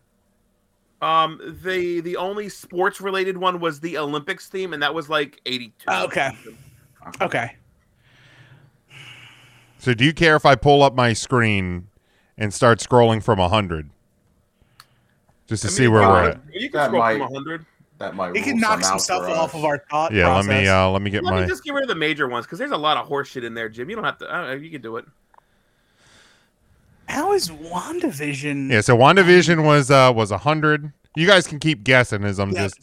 Speaker 2: Um, the the only sports related one was the Olympics theme, and that was like eighty two.
Speaker 3: Oh, okay. Okay,
Speaker 1: So do you care if I pull up my screen and start scrolling from 100? Just to see where we're at.
Speaker 2: uh, You can
Speaker 4: That
Speaker 2: scroll
Speaker 4: might-
Speaker 2: from hundred.
Speaker 4: that might
Speaker 3: it
Speaker 4: rule
Speaker 3: can knock some
Speaker 4: out
Speaker 3: stuff
Speaker 4: for
Speaker 3: off
Speaker 4: us.
Speaker 3: of our thought.
Speaker 1: Yeah,
Speaker 3: process.
Speaker 1: let me uh let me get
Speaker 2: Let
Speaker 1: my
Speaker 2: me just get rid of the major ones because there's a lot of horseshit in there, Jim. You don't have to. Uh, you can do it.
Speaker 3: How is Wandavision?
Speaker 1: Yeah, so WandaVision was uh was 100. You guys can keep guessing as I'm
Speaker 3: Yeah.
Speaker 1: just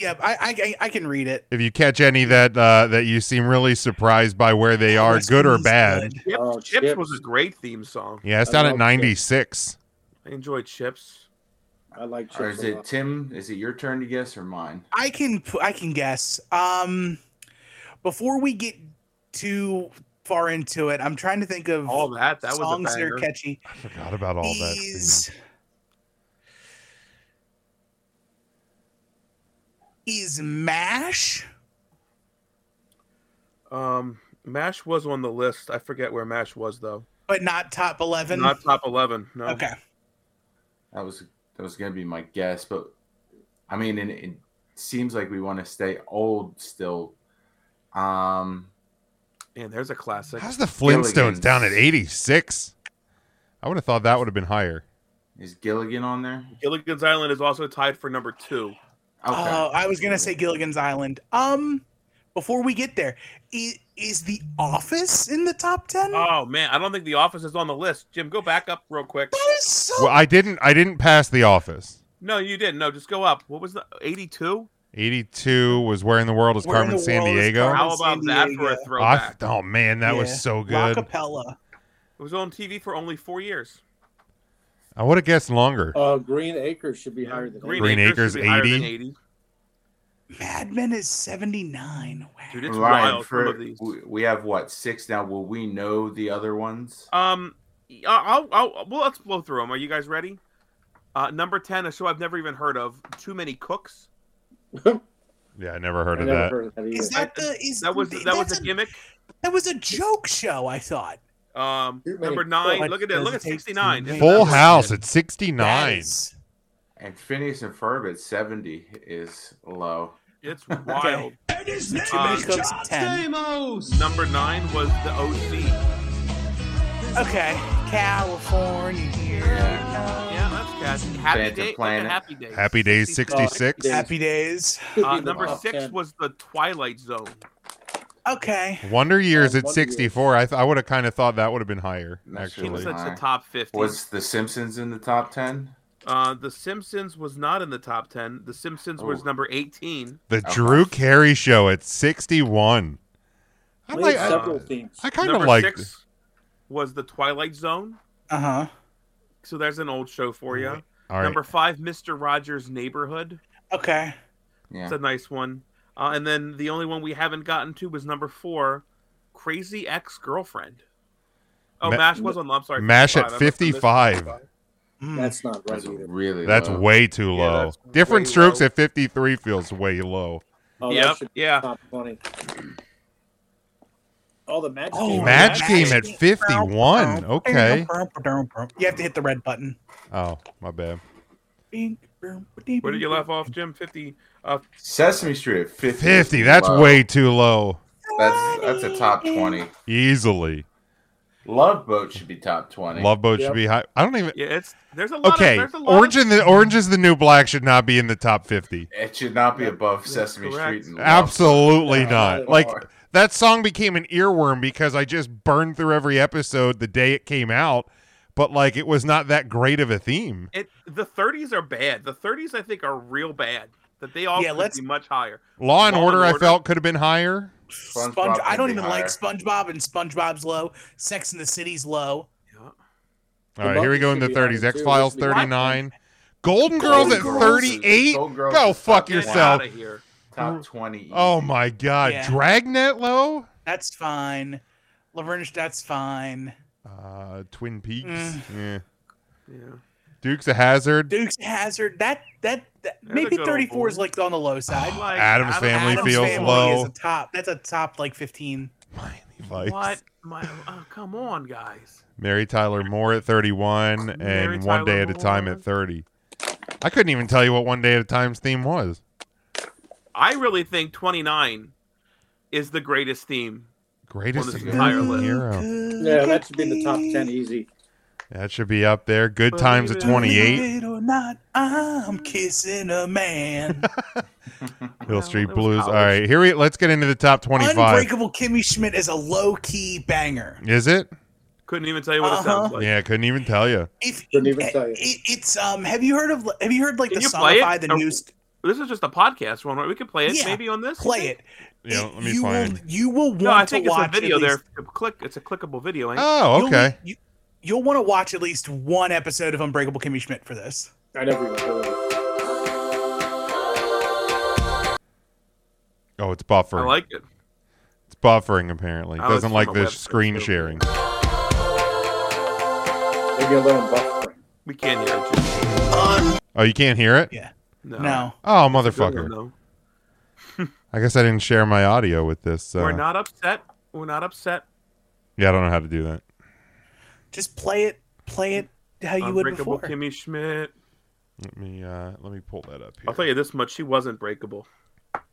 Speaker 3: Yeah, I, I- I I can read it.
Speaker 1: if you catch any that uh that you seem really surprised by where they are,
Speaker 3: West
Speaker 1: good or
Speaker 3: Indies
Speaker 1: bad.
Speaker 3: good.
Speaker 2: Chips,
Speaker 5: Oh,
Speaker 2: Chips, was a
Speaker 5: Chips.
Speaker 2: great theme song.
Speaker 1: Yeah, it's
Speaker 5: I
Speaker 1: down at
Speaker 5: love
Speaker 1: 96.
Speaker 2: I enjoyed Chips.
Speaker 5: I like
Speaker 4: Or
Speaker 5: Chips
Speaker 4: is
Speaker 5: a
Speaker 4: it
Speaker 5: lot.
Speaker 4: Tim? Is it your turn to guess or mine?
Speaker 3: I can pu- I can guess. Um, before we get too far into it, I'm trying to think of
Speaker 2: All that. That
Speaker 3: songs
Speaker 2: was a
Speaker 3: that are
Speaker 2: banger.
Speaker 3: catchy.
Speaker 1: I forgot about all that.
Speaker 3: Is is Mash?
Speaker 2: um, Mash was on the list. I forget where Mash was though.
Speaker 3: but not top eleven.
Speaker 2: Not top eleven. No.
Speaker 3: okay,
Speaker 4: That was that was gonna be my guess, but I mean, and it seems like we want to stay old still. Um,
Speaker 2: And there's a classic.
Speaker 1: How's the Flintstones
Speaker 4: Gilligan's.
Speaker 1: down at 86? I would have thought that would have been higher.
Speaker 4: is Gilligan on there?
Speaker 2: Gilligan's Island is also tied for number two.
Speaker 4: Okay.
Speaker 3: Uh, I was gonna say Gilligan's Island. Um, before we get there, is, is The Office in the top ten?
Speaker 2: Oh man, I don't think The Office is on the list. Jim, go back up real quick.
Speaker 3: that is so.
Speaker 1: Well, I didn't I didn't pass the office.
Speaker 2: No, you didn't. No, just go up. What was the 82?
Speaker 1: 82 was Where in the World is
Speaker 3: Where in
Speaker 1: Carmen
Speaker 3: the World is
Speaker 1: Sandiego.
Speaker 3: Carmen
Speaker 2: How about
Speaker 3: San
Speaker 2: that for a
Speaker 3: Diego.
Speaker 1: I f-
Speaker 2: throwback?
Speaker 1: oh man, that
Speaker 3: Yeah.
Speaker 1: was so good.
Speaker 3: Acapella.
Speaker 2: It was on TV for only four years.
Speaker 1: I would have guessed longer.
Speaker 3: Oh.
Speaker 5: Uh, Green Acres should be higher than
Speaker 1: Green
Speaker 5: Acres.
Speaker 1: Acres,
Speaker 2: should be higher than
Speaker 1: 80.
Speaker 2: 80.
Speaker 3: Mad Men is seventy nine.
Speaker 2: Dude,
Speaker 3: Wow.
Speaker 2: it's
Speaker 4: Ryan,
Speaker 2: wild.
Speaker 4: for-
Speaker 2: some of these.
Speaker 4: we- we have what six now. Will we know the other ones?
Speaker 2: Um, I- I'll, I'll, well, let's blow through them. Are you guys ready? Uh, number 10, a show I've never even heard of, Too Many Cooks.
Speaker 1: Yeah, I never heard
Speaker 5: I
Speaker 1: of
Speaker 5: never
Speaker 1: that.
Speaker 5: heard of that either.
Speaker 3: Is that the is
Speaker 2: That was that was
Speaker 3: that's
Speaker 2: a gimmick.
Speaker 3: that was a joke show? I thought.
Speaker 2: Um,
Speaker 5: Too Many
Speaker 2: number nine.
Speaker 3: Cooks
Speaker 2: Look at that. Look at
Speaker 3: does take
Speaker 2: 69.
Speaker 3: too many.
Speaker 1: Full
Speaker 3: Yeah.
Speaker 1: House at
Speaker 3: That
Speaker 1: 69.
Speaker 3: is-
Speaker 4: And Phineas and Ferb at seventy is low.
Speaker 2: It's wild.
Speaker 3: Too many
Speaker 2: Uh,
Speaker 3: cooks at ten.
Speaker 2: Number nine was the OC.
Speaker 3: Okay, California.
Speaker 2: Yeah, that's catchy. Happy
Speaker 4: Phantom
Speaker 2: Day. look at
Speaker 4: Planet.
Speaker 2: Happy Days.
Speaker 1: Happy Days 66.
Speaker 5: Days.
Speaker 3: Happy days.
Speaker 5: Should be
Speaker 2: Uh,
Speaker 5: in the
Speaker 2: number
Speaker 5: top
Speaker 2: six
Speaker 5: 10.
Speaker 2: was the Twilight Zone.
Speaker 3: Okay.
Speaker 1: Wonder Years
Speaker 5: Oh,
Speaker 1: at
Speaker 5: Wonder
Speaker 1: 64. I, th- I would have kind of thought that would have been higher,
Speaker 4: That's
Speaker 2: He was
Speaker 1: actually.
Speaker 4: really-
Speaker 2: at the
Speaker 4: high.
Speaker 2: top 50.
Speaker 4: Was The Simpsons in the top ten?
Speaker 2: Uh, the Simpsons was not in the top 10. The Simpsons was
Speaker 4: Oh.
Speaker 2: number 18.
Speaker 1: The
Speaker 4: Oh.
Speaker 1: Drew Carey Show at 61. I,
Speaker 5: We had
Speaker 1: like, I,
Speaker 5: several themes.
Speaker 1: I kind of
Speaker 2: number
Speaker 1: like
Speaker 2: six was The Twilight Zone.
Speaker 3: Uh huh.
Speaker 2: So there's an old show for you.
Speaker 1: All right.
Speaker 2: Number five, Mr. Rogers' Neighborhood.
Speaker 3: Okay.
Speaker 4: Yeah.
Speaker 2: It's a nice one. Uh, and then the only one we haven't gotten to was number four, Crazy Ex Girlfriend. Oh,
Speaker 1: Ma-
Speaker 2: Mash was on. I'm sorry.
Speaker 1: Mash at
Speaker 2: 55.
Speaker 1: 55.
Speaker 3: Mm.
Speaker 5: That's not right
Speaker 4: That's
Speaker 5: either.
Speaker 4: really
Speaker 1: That's
Speaker 4: low.
Speaker 1: way too
Speaker 2: Yeah,
Speaker 1: low.
Speaker 2: that's
Speaker 1: Different
Speaker 2: way
Speaker 1: strokes
Speaker 2: low.
Speaker 1: at 53 feels way low.
Speaker 5: Oh,
Speaker 2: Yep.
Speaker 5: that should be
Speaker 2: Yeah.
Speaker 5: top twenty. Oh, the magic.
Speaker 3: Oh,
Speaker 5: game.
Speaker 1: Match
Speaker 3: Match
Speaker 1: game at
Speaker 3: game.
Speaker 1: 51. Okay.
Speaker 3: You have to hit the red button.
Speaker 1: Oh, my bad.
Speaker 2: Where did you laugh off, Jim? 50.
Speaker 4: Sesame Street at 50. is
Speaker 1: 50. That's
Speaker 4: low.
Speaker 1: way too low.
Speaker 4: That's that's a top twenty.
Speaker 1: Easily.
Speaker 4: Love Boat should be top twenty.
Speaker 1: Love Boat should
Speaker 5: Yep.
Speaker 1: be high. I don't even.
Speaker 2: Yeah, it's there's a lot.
Speaker 1: Okay.
Speaker 2: Of, there's a lot
Speaker 1: Orange
Speaker 2: Of,
Speaker 1: and the Orange is the New Black should not be in the top 50.
Speaker 4: It should not be
Speaker 2: Yep,
Speaker 4: above
Speaker 2: that's
Speaker 4: Sesame
Speaker 2: correct.
Speaker 4: Street. And Love
Speaker 1: Absolutely
Speaker 5: Yeah,
Speaker 1: not.
Speaker 5: not at
Speaker 1: Like
Speaker 4: all.
Speaker 1: that song became an earworm because I just burned through every episode the day it came out, but like it was not that great of a theme.
Speaker 2: it, the 30s are bad. The 30s, I think, are real bad. That they all
Speaker 3: Yeah,
Speaker 2: could
Speaker 3: let's-
Speaker 2: be much higher.
Speaker 1: Law and
Speaker 2: Law and
Speaker 1: Order, I
Speaker 2: Order.
Speaker 1: felt could have been higher.
Speaker 4: SpongeBob
Speaker 3: Sponge. I
Speaker 4: should
Speaker 3: don't
Speaker 4: be
Speaker 3: even
Speaker 4: higher.
Speaker 3: like SpongeBob, and SpongeBob's low. Sex in the City's low.
Speaker 2: Yeah.
Speaker 1: All right, here we go in the
Speaker 5: Muppets should be higher,
Speaker 1: 30s.
Speaker 5: too.
Speaker 1: X Files
Speaker 5: Let's be-
Speaker 1: 39, Golden
Speaker 3: Golden
Speaker 1: Girls at
Speaker 3: Girls.
Speaker 1: 38.
Speaker 4: Golden Girls
Speaker 1: Go
Speaker 4: is
Speaker 1: fuck
Speaker 4: top
Speaker 2: Get
Speaker 1: yourself.
Speaker 2: out of here.
Speaker 4: Top twenty. easy.
Speaker 1: Oh my god,
Speaker 3: Yeah.
Speaker 1: Dragnet low.
Speaker 3: That's fine. Laverne, that's fine.
Speaker 1: Uh, Twin Peaks.
Speaker 3: Mm.
Speaker 1: Yeah.
Speaker 2: Yeah.
Speaker 1: Dukes of Hazard.
Speaker 3: Dukes Hazard. That that, that
Speaker 2: That's
Speaker 3: maybe
Speaker 2: a good old
Speaker 3: 34 is
Speaker 2: boy. Oh,
Speaker 3: like on the low side.
Speaker 2: Like,
Speaker 1: Adam's
Speaker 2: Adam-
Speaker 1: Family
Speaker 3: Addams
Speaker 1: feels
Speaker 3: Family
Speaker 1: low.
Speaker 3: Is a top. That's a top like 15.
Speaker 1: Miami Vice.
Speaker 2: What? My, oh, come on, guys.
Speaker 1: Mary Tyler Moore at 31 and
Speaker 2: Mary
Speaker 1: One Day
Speaker 2: Tyler
Speaker 1: at a Time
Speaker 2: Moore.
Speaker 1: at 30. I couldn't even tell you what One Day at a Time's theme was.
Speaker 2: I really think 29 is the greatest theme.
Speaker 1: Greatest
Speaker 2: this
Speaker 1: American
Speaker 2: entire list.
Speaker 1: hero.
Speaker 5: Yeah, that should be in the top ten easy.
Speaker 1: That should be up there. Good
Speaker 2: Believe
Speaker 1: Times
Speaker 2: it
Speaker 1: at
Speaker 2: or
Speaker 1: 28.
Speaker 3: Believe it or not, I'm kissing a man.
Speaker 1: Hill
Speaker 2: Well,
Speaker 1: Street
Speaker 2: it was
Speaker 1: Blues. All
Speaker 2: college.
Speaker 1: right, here we let's get into the top 25.
Speaker 3: Unbreakable Kimmy Schmidt is a low key banger.
Speaker 1: Is it?
Speaker 2: Couldn't even tell you what it
Speaker 3: Uh-huh.
Speaker 2: sounds like.
Speaker 1: Yeah, I couldn't even tell you.
Speaker 3: If,
Speaker 5: Couldn't even tell you.
Speaker 3: it- it's um, have you heard of? Have you heard like
Speaker 2: Can
Speaker 3: the
Speaker 2: you play it?
Speaker 3: songify the
Speaker 2: Or-
Speaker 3: news?
Speaker 2: This is just a podcast one, right? We could play it
Speaker 3: Yeah,
Speaker 2: maybe on this. you
Speaker 3: Play
Speaker 2: think?
Speaker 3: it.
Speaker 1: You know,
Speaker 3: It-
Speaker 1: let me
Speaker 3: you
Speaker 1: find.
Speaker 3: will. You will want
Speaker 2: No, I think
Speaker 3: to
Speaker 2: it's a
Speaker 3: watch at
Speaker 2: video
Speaker 3: least-
Speaker 2: there. Click. It's a clickable video. Ain't? it?
Speaker 1: Oh, okay.
Speaker 3: You'll, you, you'll want to watch at least one episode of Unbreakable Kimmy Schmidt for this.
Speaker 5: I never even heard of it.
Speaker 1: Oh, it's buffering.
Speaker 2: I like it.
Speaker 1: it's buffering apparently.
Speaker 2: Oh, it's
Speaker 1: Doesn't
Speaker 2: from
Speaker 1: like
Speaker 2: a
Speaker 1: this
Speaker 2: website,
Speaker 1: screen
Speaker 2: too.
Speaker 1: sharing.
Speaker 5: Maybe a little buffering.
Speaker 2: We can't hear it. Jim.
Speaker 1: Oh, you can't hear it?
Speaker 3: Yeah.
Speaker 2: No.
Speaker 3: No.
Speaker 1: Oh,
Speaker 2: Good one,
Speaker 1: motherfucker.
Speaker 2: though.
Speaker 1: I guess I didn't share my audio with this. So.
Speaker 2: We're not upset. We're not upset.
Speaker 1: yeah, I don't know how to do that.
Speaker 3: Just play it. Play it how you would
Speaker 2: Unbreakable
Speaker 3: before.
Speaker 2: Kimmy Schmidt.
Speaker 1: Let me uh let me pull that up here.
Speaker 2: I'll tell you this much: she wasn't breakable.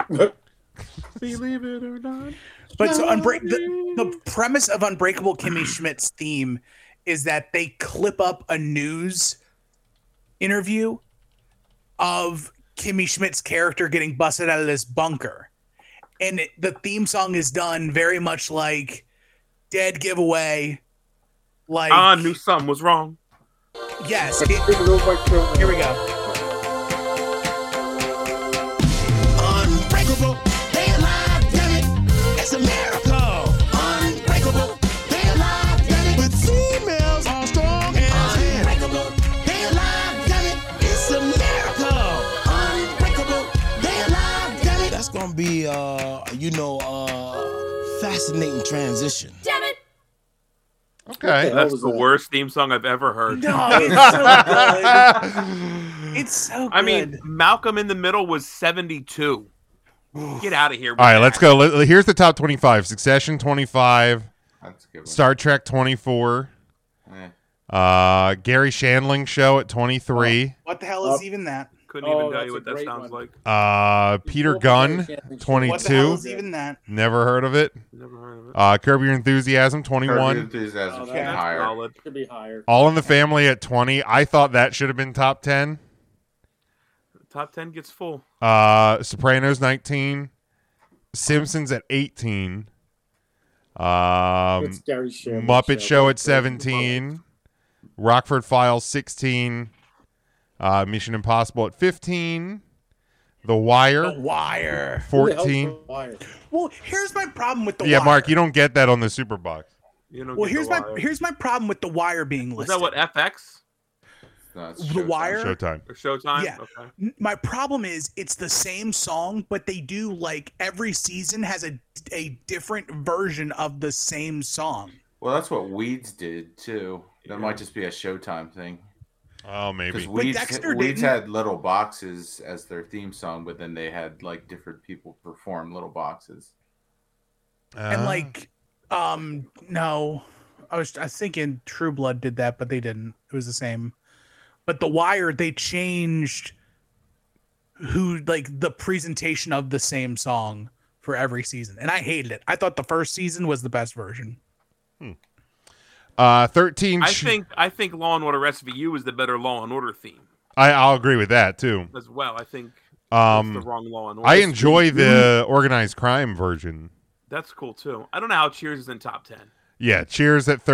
Speaker 2: Believe it or not.
Speaker 3: But so unbreak the, the premise of Unbreakable Kimmy Schmidt's theme is that they clip up a news interview of Kimmy Schmidt's character getting busted out of this bunker. And it, the theme song is done very much like Dead Giveaway. Like
Speaker 2: I knew something was wrong.
Speaker 3: yes,
Speaker 5: But
Speaker 3: it-
Speaker 5: it's a little buffering.
Speaker 3: Here we go.
Speaker 6: Unbreakable. They alive, damn it. It's a miracle. Unbreakable. They alive, damn it. With females are strong as Unbreakable. They alive, damn it. It's a miracle. Unbreakable. They alive, damn it. That's gonna be, uh, you know, uh, fascinating transition.
Speaker 1: Okay.
Speaker 5: That
Speaker 2: That's
Speaker 5: was
Speaker 2: the
Speaker 5: a-
Speaker 2: worst theme song I've ever heard.
Speaker 3: No, it's so
Speaker 1: All
Speaker 3: good. It's so good.
Speaker 2: I mean, Malcolm in the Middle was 72. Get out of here. with
Speaker 1: right, let's
Speaker 2: that.
Speaker 1: go. Let- Here's the top 25. Succession 25,
Speaker 4: That's a good one.
Speaker 1: Star Trek 24,
Speaker 4: Eh.
Speaker 1: uh Gary Shandling show at 23,
Speaker 3: what the hell is even that?
Speaker 2: Couldn't
Speaker 5: Oh,
Speaker 2: even tell
Speaker 5: that's
Speaker 2: you
Speaker 5: a
Speaker 2: what that
Speaker 5: great
Speaker 2: sounds
Speaker 5: one.
Speaker 2: like.
Speaker 1: uh Peter
Speaker 5: Before
Speaker 1: Gunn
Speaker 5: Buffering, yeah,
Speaker 3: What the hell
Speaker 1: 22,
Speaker 3: is even that?
Speaker 1: never heard of it.
Speaker 2: Never heard of it.
Speaker 1: Uh Curb Your Enthusiasm
Speaker 4: Curb Your
Speaker 1: 21,
Speaker 4: Enthusiasm
Speaker 5: Oh,
Speaker 4: should
Speaker 3: that's
Speaker 4: be
Speaker 2: That's
Speaker 4: higher.
Speaker 2: solid.
Speaker 5: Should be higher.
Speaker 1: All in the Family at 20. I thought that should have been top 10.
Speaker 2: Top 10 gets full.
Speaker 1: Uh, Sopranos 19, Simpsons at 18, um,
Speaker 5: It's Gary Shandling
Speaker 1: Muppet Show at
Speaker 5: That's
Speaker 1: 17, Rockford Files 16, uh, Mission Impossible at 15, The
Speaker 3: Oh,
Speaker 1: Wire
Speaker 3: Wire.
Speaker 5: Who the hell's
Speaker 1: 14.
Speaker 5: Wire?
Speaker 3: Well, here's my problem with the
Speaker 1: Yeah,
Speaker 3: wire.
Speaker 1: Mark, you don't get that on the Super Box.
Speaker 2: You know.
Speaker 3: Well, here's my here's my problem with the wire being
Speaker 2: Is
Speaker 3: listed.
Speaker 2: that what FX?
Speaker 4: No, it's
Speaker 3: The
Speaker 4: Showtime.
Speaker 3: Wire.
Speaker 1: Showtime.
Speaker 2: Or Showtime.
Speaker 3: Yeah.
Speaker 2: Okay.
Speaker 3: N- My problem is it's the same song, but they do like every season has a a different version of the same song.
Speaker 4: Well, that's what Weeds did too. That might just be a Showtime thing.
Speaker 1: Oh, maybe.
Speaker 4: Because Weeds,
Speaker 3: Dexter
Speaker 4: Weeds
Speaker 3: didn't.
Speaker 4: had little boxes as their theme song, but then they had like different people perform little boxes.
Speaker 1: Ah.
Speaker 3: and like, um, no, I was I was thinking True Blood did that, but they didn't. It was the same. But The Wire, they changed who like the presentation of the same song for every season, and I hated it. I thought the first season was the best version.
Speaker 1: uh, thirteen.
Speaker 2: I
Speaker 1: sh-
Speaker 2: think I think Law and Order SVU is the better Law and Order theme
Speaker 1: I, I'll agree with that too.
Speaker 2: as well. I think that's the
Speaker 1: Um,
Speaker 2: wrong Law and Order.
Speaker 1: I enjoy the organized crime version.
Speaker 2: That's cool too. I don't know how Cheers is in top ten.
Speaker 1: Yeah, Cheers at
Speaker 3: Rest in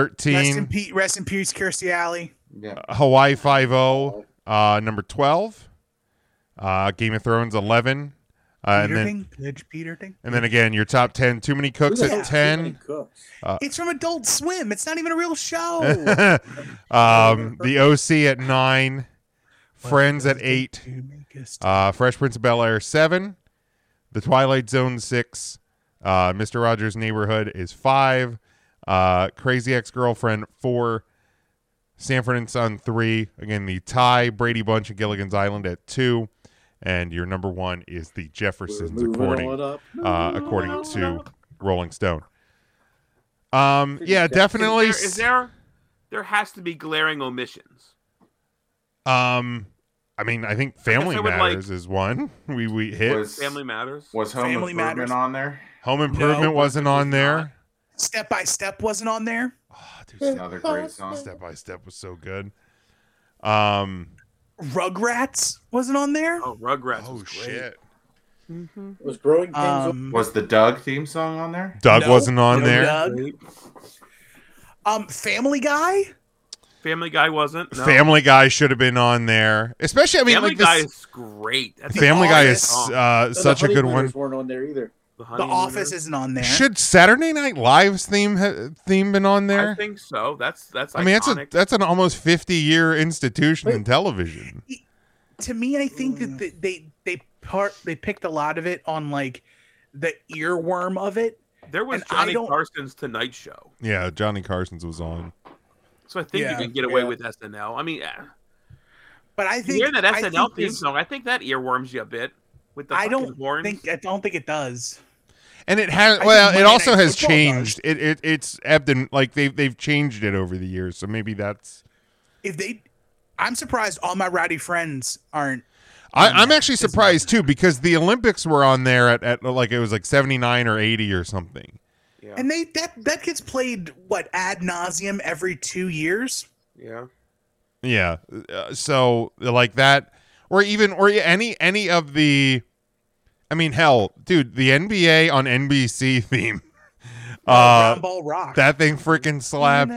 Speaker 1: thirteen.
Speaker 3: peace, rest in peace, Kirstie Alley.
Speaker 4: Yeah.
Speaker 1: Hawaii Five O, uh, number twelve. Uh, Game of Thrones eleven, uh, and
Speaker 3: Peter
Speaker 1: then
Speaker 3: Ding, Pledge Peter Ding.
Speaker 1: and then again your top ten. Too many cooks
Speaker 5: Who the
Speaker 1: at
Speaker 5: hell's Too
Speaker 1: ten.
Speaker 5: Many Cooks?
Speaker 1: uh,
Speaker 3: It's from Adult Swim. It's not even a real show.
Speaker 1: um, the OC at nine. Friends at eight. Uh, Fresh Prince of Bel Air seven, The Twilight Zone six, uh, Mister Rogers' Neighborhood is five, uh, Crazy Ex Girlfriend four, Sanford and Son three. Again, the tie Brady Bunch and Gilligan's Island at two, and your number one is The Jeffersons,
Speaker 5: Moving all it
Speaker 1: according
Speaker 5: up.
Speaker 1: uh, according to Rolling Stone. Um, yeah, definitely.
Speaker 2: Is there, is there there has to be glaring omissions.
Speaker 1: Um, I mean, I think Family
Speaker 2: I would like-
Speaker 1: Matters is one we we hit.
Speaker 4: Was
Speaker 2: Family Matters.
Speaker 4: was Home
Speaker 3: Family
Speaker 4: Improvement
Speaker 3: Matters.
Speaker 4: on there?
Speaker 1: Home Improvement wasn't on there.
Speaker 3: Step by Step wasn't on there.
Speaker 1: Oh, dude,
Speaker 4: It's
Speaker 1: Step-
Speaker 4: another great song.
Speaker 1: Step by Step was so good. Um,
Speaker 3: Rugrats wasn't on there.
Speaker 2: Oh, Rugrats.
Speaker 1: oh
Speaker 2: was great.
Speaker 1: shit,
Speaker 5: Was growing pains.
Speaker 3: Um,
Speaker 4: Was the Doug theme song on there?
Speaker 1: Doug
Speaker 3: No.
Speaker 1: wasn't on
Speaker 3: No
Speaker 1: there.
Speaker 3: Doug. um, Family Guy.
Speaker 2: Family Guy wasn't. No.
Speaker 1: Family Guy should have been on there, especially. I mean,
Speaker 2: Family
Speaker 1: like
Speaker 2: Guy
Speaker 1: this.
Speaker 2: is great. That's
Speaker 1: Family Guy is
Speaker 2: awesome.
Speaker 1: uh,
Speaker 5: No, the
Speaker 1: such a good one.
Speaker 5: Honeymooners weren't on there either.
Speaker 2: The,
Speaker 3: The Office isn't on there.
Speaker 1: Should Saturday Night Live's theme ha- theme been on there?
Speaker 2: I think so. That's that's.
Speaker 1: I mean, that's a
Speaker 2: iconic.
Speaker 1: that's an almost fifty year institution in
Speaker 5: Wait.
Speaker 1: television.
Speaker 3: to me, I think that th- they they part they picked a lot of it on like the earworm of it.
Speaker 2: There was
Speaker 3: and I
Speaker 2: Johnny
Speaker 3: don't-
Speaker 2: Carson's Tonight Show,
Speaker 1: Yeah, Johnny Carson's was on.
Speaker 2: so I think
Speaker 3: Yeah,
Speaker 2: you can get away
Speaker 5: yeah.
Speaker 2: with SNL. I mean, eh,
Speaker 3: But I think
Speaker 2: hearing that
Speaker 3: I
Speaker 2: SNL
Speaker 3: think
Speaker 2: theme
Speaker 3: this-
Speaker 2: song, I think that earworms you a bit with the
Speaker 3: I
Speaker 2: fucking
Speaker 3: don't
Speaker 2: horns.
Speaker 3: think I don't think it does.
Speaker 1: And it has
Speaker 3: think
Speaker 1: well, it
Speaker 3: Monday
Speaker 1: also
Speaker 3: Night
Speaker 1: has
Speaker 3: Football does.
Speaker 1: changed. It, it it's ebbed and like they've they've changed it over the years. So maybe that's.
Speaker 3: If they, I'm surprised all my rowdy friends aren't.
Speaker 1: I,
Speaker 3: Yeah,
Speaker 1: I'm actually
Speaker 3: it's not.
Speaker 1: surprised too because the Olympics were on there at, at like it was like 79 or 80 or something.
Speaker 2: Yeah,
Speaker 3: And they that that gets played what ad nauseum every two years.
Speaker 2: yeah.
Speaker 1: Yeah, uh, so like that, or even or any any of the, I mean hell, dude, the NBA on NBC theme, uh,
Speaker 3: Round Oh, ball rock.
Speaker 1: that thing freaking slapped.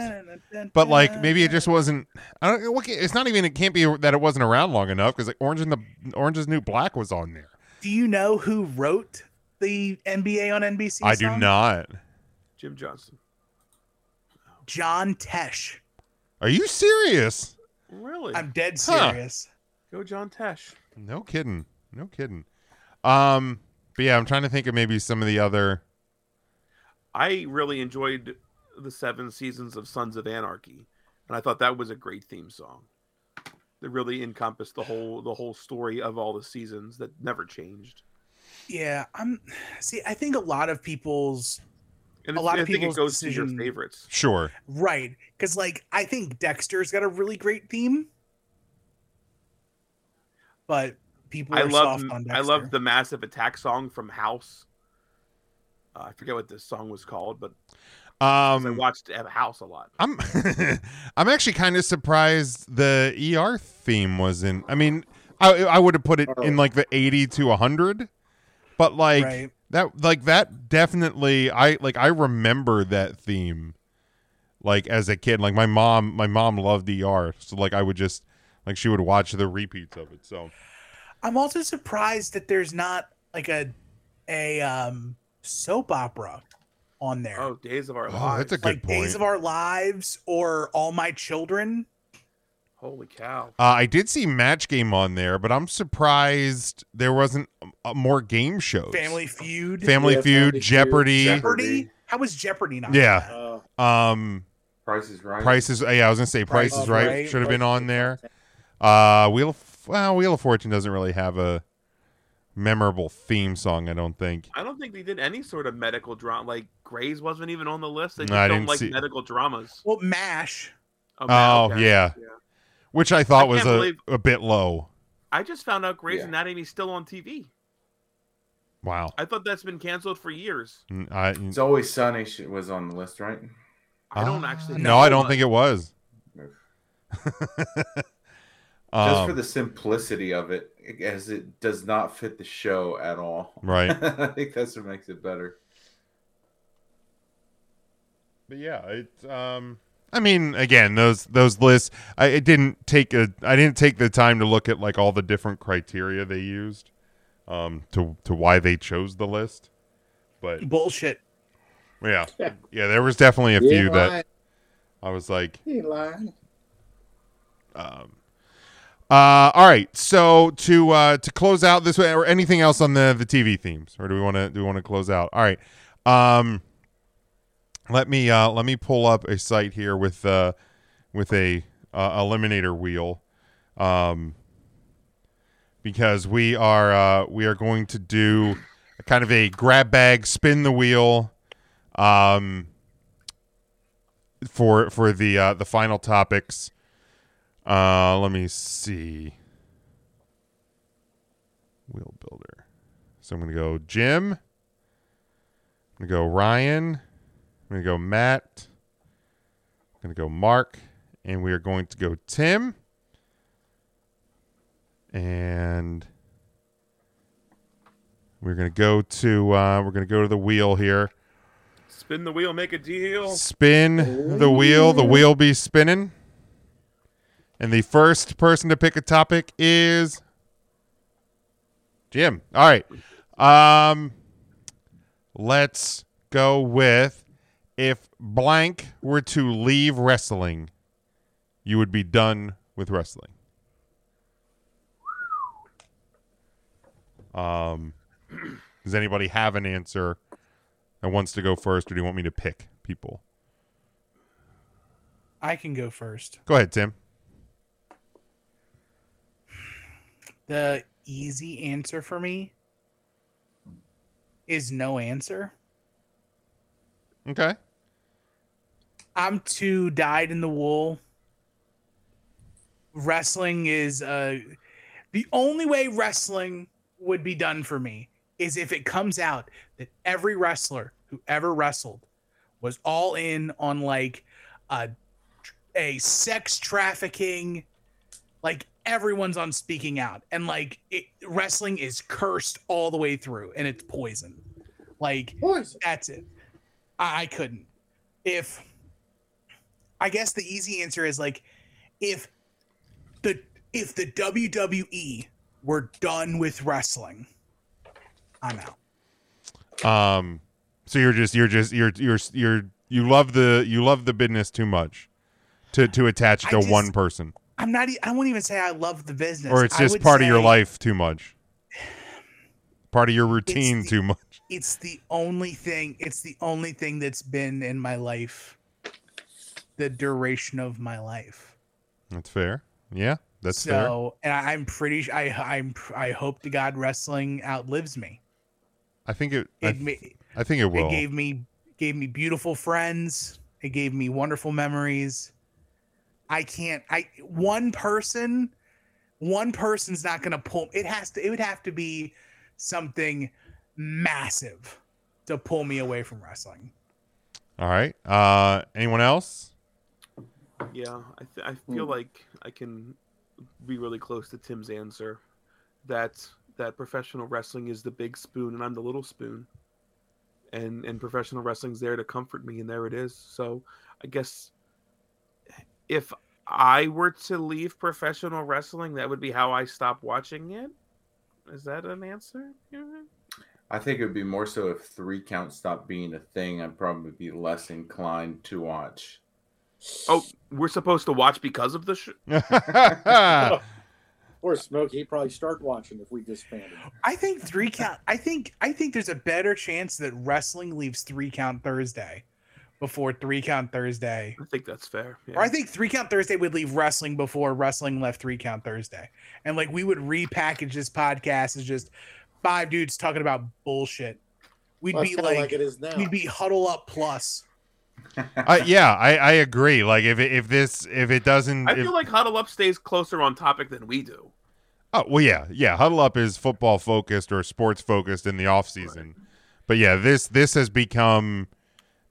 Speaker 1: But like maybe it just wasn't. I don't. What, it's not even. It can't be that it wasn't around long enough because like Orange and the Orange is New Black was on there.
Speaker 3: Do you know who wrote the NBA on NBC?
Speaker 1: I do
Speaker 3: song?
Speaker 1: not.
Speaker 2: Jim Johnson.
Speaker 3: John Tesh.
Speaker 1: Are you serious?
Speaker 2: Really?
Speaker 3: I'm dead
Speaker 1: Huh.
Speaker 3: serious.
Speaker 2: Go John Tesh.
Speaker 1: No kidding. No kidding. Um. But yeah, I'm trying to think of maybe some of the other.
Speaker 2: I really enjoyed the seven seasons of Sons of Anarchy, and I thought that was a great theme song. That really encompassed the whole the whole story of all the seasons that never changed.
Speaker 3: Yeah, I'm. See, I think a lot of people's
Speaker 2: And
Speaker 3: A
Speaker 2: it's-
Speaker 3: lot of
Speaker 2: I think it
Speaker 3: people's
Speaker 2: goes to
Speaker 3: decision-
Speaker 2: your favorites.
Speaker 1: Sure.
Speaker 3: right because, like, I think Dexter's got a really great theme, but people are
Speaker 2: I love
Speaker 3: soft on Dexter.
Speaker 2: I love the massive attack song from House. Uh, I forget what this song was called, but 'cause I
Speaker 1: Um.
Speaker 2: watched uh, House a lot.
Speaker 1: I'm. I'm actually kind of surprised the ER theme wasn't. I mean, I I would have put it in like the 80 to 100, but like.
Speaker 3: right.
Speaker 1: that like that definitely i like i remember that theme like as a kid like my mom my mom loved er so like i would just like she would watch the repeats of it so
Speaker 3: I'm also surprised that there's not like a a um soap opera on there.
Speaker 2: Oh, Days of Our
Speaker 1: Oh,
Speaker 2: Lives.
Speaker 1: that's a good
Speaker 3: like Days
Speaker 1: point.
Speaker 3: of Our Lives or All My Children.
Speaker 2: Holy cow!
Speaker 1: Uh, I did see Match Game on there, but I'm surprised there wasn't uh, more game shows.
Speaker 3: Family Feud,
Speaker 1: Family
Speaker 5: Yeah,
Speaker 1: Feud,
Speaker 5: Family Feud,
Speaker 1: Jeopardy.
Speaker 3: Jeopardy. How is Jeopardy not?
Speaker 1: Yeah.
Speaker 5: Oh,
Speaker 1: Um,
Speaker 4: Price is right.
Speaker 1: prices. uh, Yeah, I was gonna say
Speaker 3: Price
Speaker 1: prices
Speaker 3: is
Speaker 1: right.
Speaker 3: Right.
Speaker 1: Should have been on there. Uh, Wheel of, well, Wheel of Fortune doesn't really have a memorable theme song. I don't think.
Speaker 2: I don't think they did any sort of medical drama. Like Grays wasn't even on the list. They just
Speaker 1: No, I
Speaker 2: don't
Speaker 1: didn't
Speaker 2: like
Speaker 1: see-
Speaker 2: medical dramas.
Speaker 3: Well, Mash.
Speaker 1: Oh
Speaker 2: okay.
Speaker 1: yeah.
Speaker 2: Yeah.
Speaker 1: which I thought
Speaker 2: I
Speaker 1: was a,
Speaker 2: can't believe-
Speaker 1: a bit low.
Speaker 2: I just found out Grey's
Speaker 4: Yeah.
Speaker 2: Anatomy's still on TV.
Speaker 1: Wow.
Speaker 2: I thought that's been canceled for years.
Speaker 1: N- I,
Speaker 4: It's always sunny sh- was on the list, right?
Speaker 2: I don't
Speaker 1: Ah,
Speaker 2: actually.
Speaker 1: No, I don't think it was.
Speaker 4: Just Just
Speaker 1: Um,
Speaker 4: for the simplicity of it, as it does not fit the show at all.
Speaker 1: right.
Speaker 4: I think that's what makes it better.
Speaker 1: But yeah, it's um I mean, again, those those lists I it didn't take a I didn't take the time to look at like all the different criteria they used um to to why they chose the list. But
Speaker 3: Bullshit.
Speaker 1: yeah. Yeah, there was definitely a
Speaker 5: he
Speaker 1: few
Speaker 5: ain't
Speaker 1: that
Speaker 5: lying.
Speaker 1: I was like
Speaker 5: He ain't lying.
Speaker 1: um uh, all right. So to uh, to close out this way, or anything else on the, the TV themes, or do we want to do we want to close out? All right. Um, let me uh, let me pull up a site here with uh, with a uh, eliminator wheel, um, because we are uh, we are going to do a kind of a grab bag, spin the wheel, um, for for the uh, the final topics. Uh, let me see. Wheel builder. So I'm gonna go Jim. I'm gonna go Ryan. I'm gonna go Matt. I'm gonna go Mark, and we are going to go Tim. And we're gonna go to uh, we're gonna go to the wheel here.
Speaker 2: Spin the wheel, make a deal.
Speaker 1: Spin the wheel. The wheel be spinning. And the first person to pick a topic is Jim. All right. Um, let's go with if blank were to leave wrestling, you would be done with wrestling. Um, does anybody have an answer that wants to go first, or do you want me to pick people?
Speaker 3: I can go first.
Speaker 1: Go ahead, Tim.
Speaker 3: The easy answer for me is no answer.
Speaker 1: Okay.
Speaker 3: I'm too dyed in the wool. Wrestling is uh the only way wrestling would be done for me is if it comes out that every wrestler who ever wrestled was all in on like a a sex trafficking like everyone's on speaking out and like it, wrestling is cursed all the way through and it's poison like
Speaker 5: Boys.
Speaker 3: that's it. I, I couldn't. If I guess the easy answer is like if the if the WWE were done with wrestling, I'm out.
Speaker 1: Um, so you're just you're just you're you're you're you love the you love the business too much to to attach
Speaker 3: I
Speaker 1: to
Speaker 3: just-
Speaker 1: one person,
Speaker 3: I'm not. e- I won't even say I love the business,
Speaker 1: or it's
Speaker 3: I
Speaker 1: just
Speaker 3: would
Speaker 1: part of your
Speaker 3: say
Speaker 1: life too much, part of your routine
Speaker 3: the-
Speaker 1: too much.
Speaker 3: It's the only thing. It's the only thing that's been in my life. The duration of my life.
Speaker 1: That's fair. Yeah, that's fair.
Speaker 3: so, and I, I'm pretty. su- I I'm. pr- I hope to God wrestling outlives me.
Speaker 1: I think it. I,
Speaker 3: It, ma-
Speaker 1: I think it will.
Speaker 3: It gave me gave me beautiful friends. It gave me wonderful memories. I can't. I one person, one person's not going to pull. It has to. It would have to be something massive to pull me away from wrestling.
Speaker 1: All right. Uh, anyone else?
Speaker 2: Yeah, I, th- I feel
Speaker 5: Hmm.
Speaker 2: like I can be really close to Tim's answer. That that professional wrestling is the big spoon, and I'm the little spoon. And and professional wrestling's there to comfort me, and there it is. So I guess if I were to leave professional wrestling, that would be how I stop watching it. Is that an answer? Yeah.
Speaker 4: I think it would be more so if three count stopped being a thing. I'd probably be less inclined to watch.
Speaker 2: Oh, we're supposed to watch because of the sh-
Speaker 3: Ah.
Speaker 1: yeah,
Speaker 5: Or Oh, Smoke, he'd probably start watching if we disbanded.
Speaker 3: I think three count. I think I think there's a better chance that wrestling leaves three count Thursday before three count Thursday.
Speaker 2: I think that's fair. Yeah.
Speaker 3: Or I think three count Thursday would leave wrestling before wrestling left three count Thursday, and like we would repackage this podcast as just five dudes talking about bullshit. We'd
Speaker 5: Well, that's
Speaker 3: be
Speaker 5: kinda
Speaker 3: like,
Speaker 5: it is now.
Speaker 3: we'd be huddle up plus.
Speaker 1: I, yeah, I, I agree. Like if it, if this if it doesn't,
Speaker 2: I
Speaker 1: if-
Speaker 2: feel like Huddle Up stays closer on topic than we do.
Speaker 1: oh well, yeah, yeah. Huddle up is football focused or sports focused in the off season, but yeah, this this has become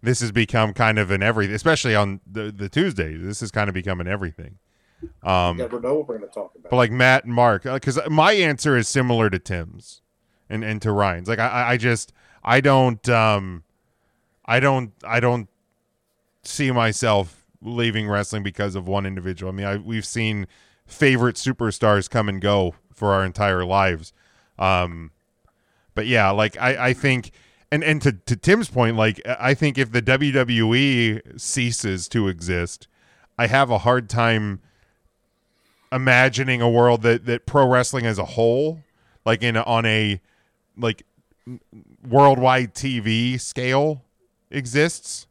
Speaker 1: this has become kind of an everything, especially on the the Tuesdays. This has kind of become an everything. Um,
Speaker 5: Never know what we're going to talk about.
Speaker 1: But like Matt and Mark, because my answer is similar to Tim's and and to Ryan's. Like I- I, I just I don't um I don't I don't see myself leaving wrestling because of one individual. I mean, I, we've seen favorite superstars come and go for our entire lives. Um, but yeah, like I, I think, and and to, to Tim's point, like I think if the WWE ceases to exist, I have a hard time imagining a world that that pro wrestling as a whole, like in a- on a like n- worldwide TV scale, exists.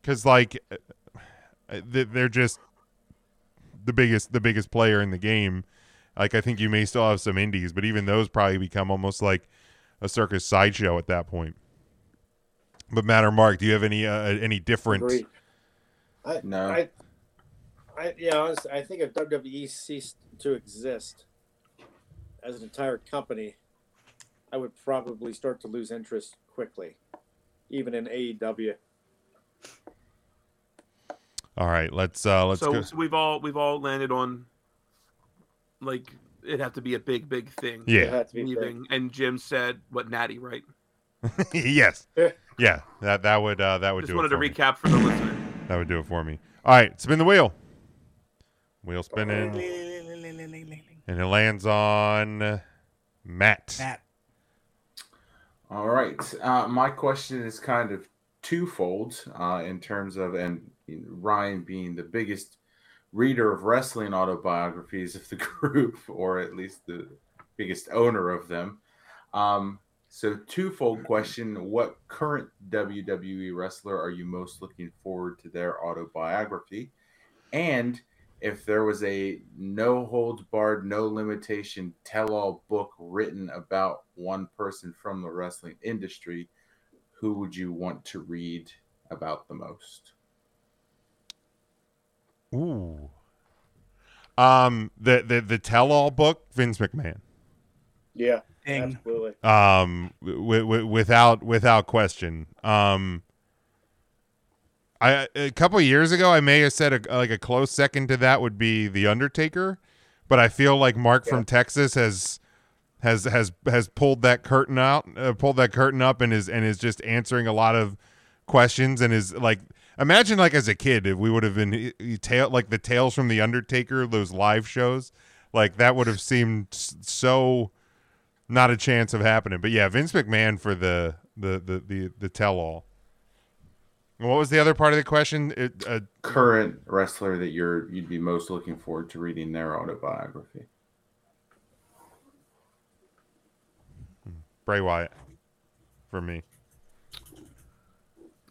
Speaker 1: Because like uh, th- they're just the biggest the biggest player in the game. Like I think you may still have some indies, but even those probably become almost like a circus sideshow at that point. But Matt or Mark, do you have any uh, any different?
Speaker 5: Agree. I,
Speaker 4: No.
Speaker 5: I, I, yeah, honestly, I think if WWE ceased to exist as an entire company, I would probably start to lose interest quickly, even in E AEW.
Speaker 1: All right, let's uh let's
Speaker 2: so,
Speaker 1: go.
Speaker 2: so we've all we've all landed on like it'd have to be a big big thing.
Speaker 5: It
Speaker 1: Yeah.
Speaker 5: had to be big.
Speaker 2: Leaving and Jim said what Natty right.
Speaker 1: yes. Yeah. That that would uh that would
Speaker 2: Eh. Just
Speaker 1: do it
Speaker 2: wanted to
Speaker 1: for me.
Speaker 2: recap for the listener.
Speaker 1: That would do it for me. All right, spin the wheel. Wheel spinning, and it lands on Matt.
Speaker 3: Matt,
Speaker 4: All right. Uh, my question is kind of twofold uh, in terms of, and Ryan being the biggest reader of wrestling autobiographies of the group, or at least the biggest owner of them. Um, so, twofold question What current WWE wrestler are you most looking forward to their autobiography? And if there was a no holds barred, no limitation tell all book written about one person from the wrestling industry, who would you want to read about the most?
Speaker 1: Ooh. Um, the the the tell all book, Vince McMahon.
Speaker 5: Yeah,
Speaker 3: ding.
Speaker 5: absolutely.
Speaker 1: Um, w- w- without without question. Um, I a couple years ago, I may have said a, like a close second to that would be the Undertaker, but I feel like Mark from Texas has has has has pulled that curtain out, uh, pulled that curtain up, and is and is just answering a lot of questions and is like. Imagine like as a kid if we would have been eh, eh, tail like the tales from the Undertaker those live shows like that would have seemed s- so not a chance of happening. But yeah, Vince McMahon for the the the the, the tell all. What was the other part of the question? It, uh,
Speaker 4: Current wrestler that you're you'd be most looking forward to reading their autobiography.
Speaker 1: Bray Wyatt for me.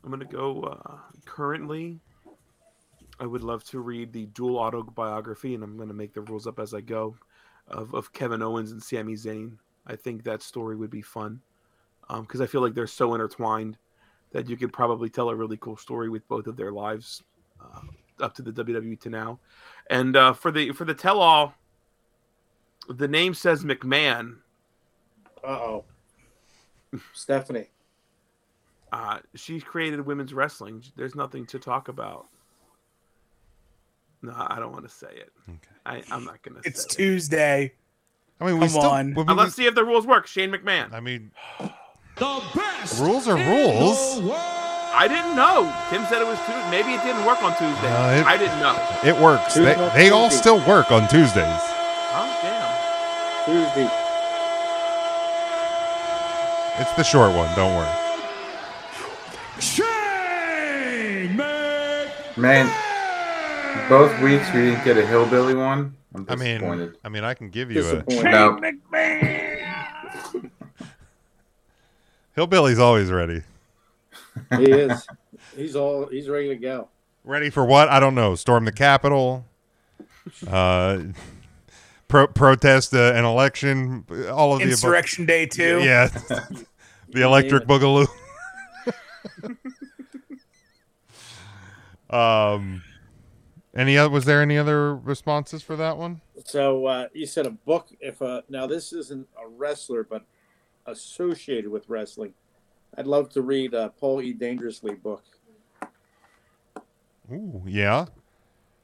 Speaker 2: I'm gonna go uh, currently. I would love to read the dual autobiography, and I'm gonna make the rules up as I go, of, of Kevin Owens and Sami Zayn. I think that story would be fun, because I feel like they're so intertwined that you could probably tell a really cool story with both of their lives, uh, up to the WWE to now. And uh, for the for the tell all, the name says McMahon.
Speaker 5: Uh oh. Stephanie.
Speaker 2: uh, she created women's wrestling. There's nothing to talk about. No, I don't want to say it.
Speaker 1: Okay.
Speaker 2: I, I'm not gonna.
Speaker 3: It's
Speaker 2: say it.
Speaker 3: Tuesday.
Speaker 1: I mean, we
Speaker 3: Come
Speaker 1: still.
Speaker 3: on.
Speaker 1: we- we-
Speaker 2: Uh, let's see if the rules work. Shane McMahon.
Speaker 1: I mean,
Speaker 6: The best
Speaker 1: rules are
Speaker 6: in
Speaker 1: rules.
Speaker 6: the world.
Speaker 2: I didn't know. Tim said it was Tuesday. Maybe it didn't work on Tuesday.
Speaker 1: No, it-
Speaker 2: I didn't know.
Speaker 1: It works. They, they all still work on Tuesdays.
Speaker 2: Oh damn.
Speaker 5: Tuesday.
Speaker 1: It's the short one. Don't worry.
Speaker 6: Shane McMahon.
Speaker 4: Man, Both weeks we didn't get a hillbilly one. I'm
Speaker 1: I mean,
Speaker 4: disappointed.
Speaker 1: I mean, I can give you a
Speaker 5: Disappointed.
Speaker 4: no,
Speaker 1: hillbilly's always ready.
Speaker 5: he is. He's all. He's ready to go.
Speaker 1: Ready for what? I don't know. Storm the Capitol, uh, pro- protest uh, an election, all of the above.
Speaker 3: Insurrection Day too.
Speaker 1: Yeah, the electric boogaloo. um, any other? Was there any other responses for that one?
Speaker 5: So uh, you said a book. If a, now this isn't a wrestler, but associated with wrestling, I'd love to read a Paul E. Dangerously book.
Speaker 1: Ooh, yeah.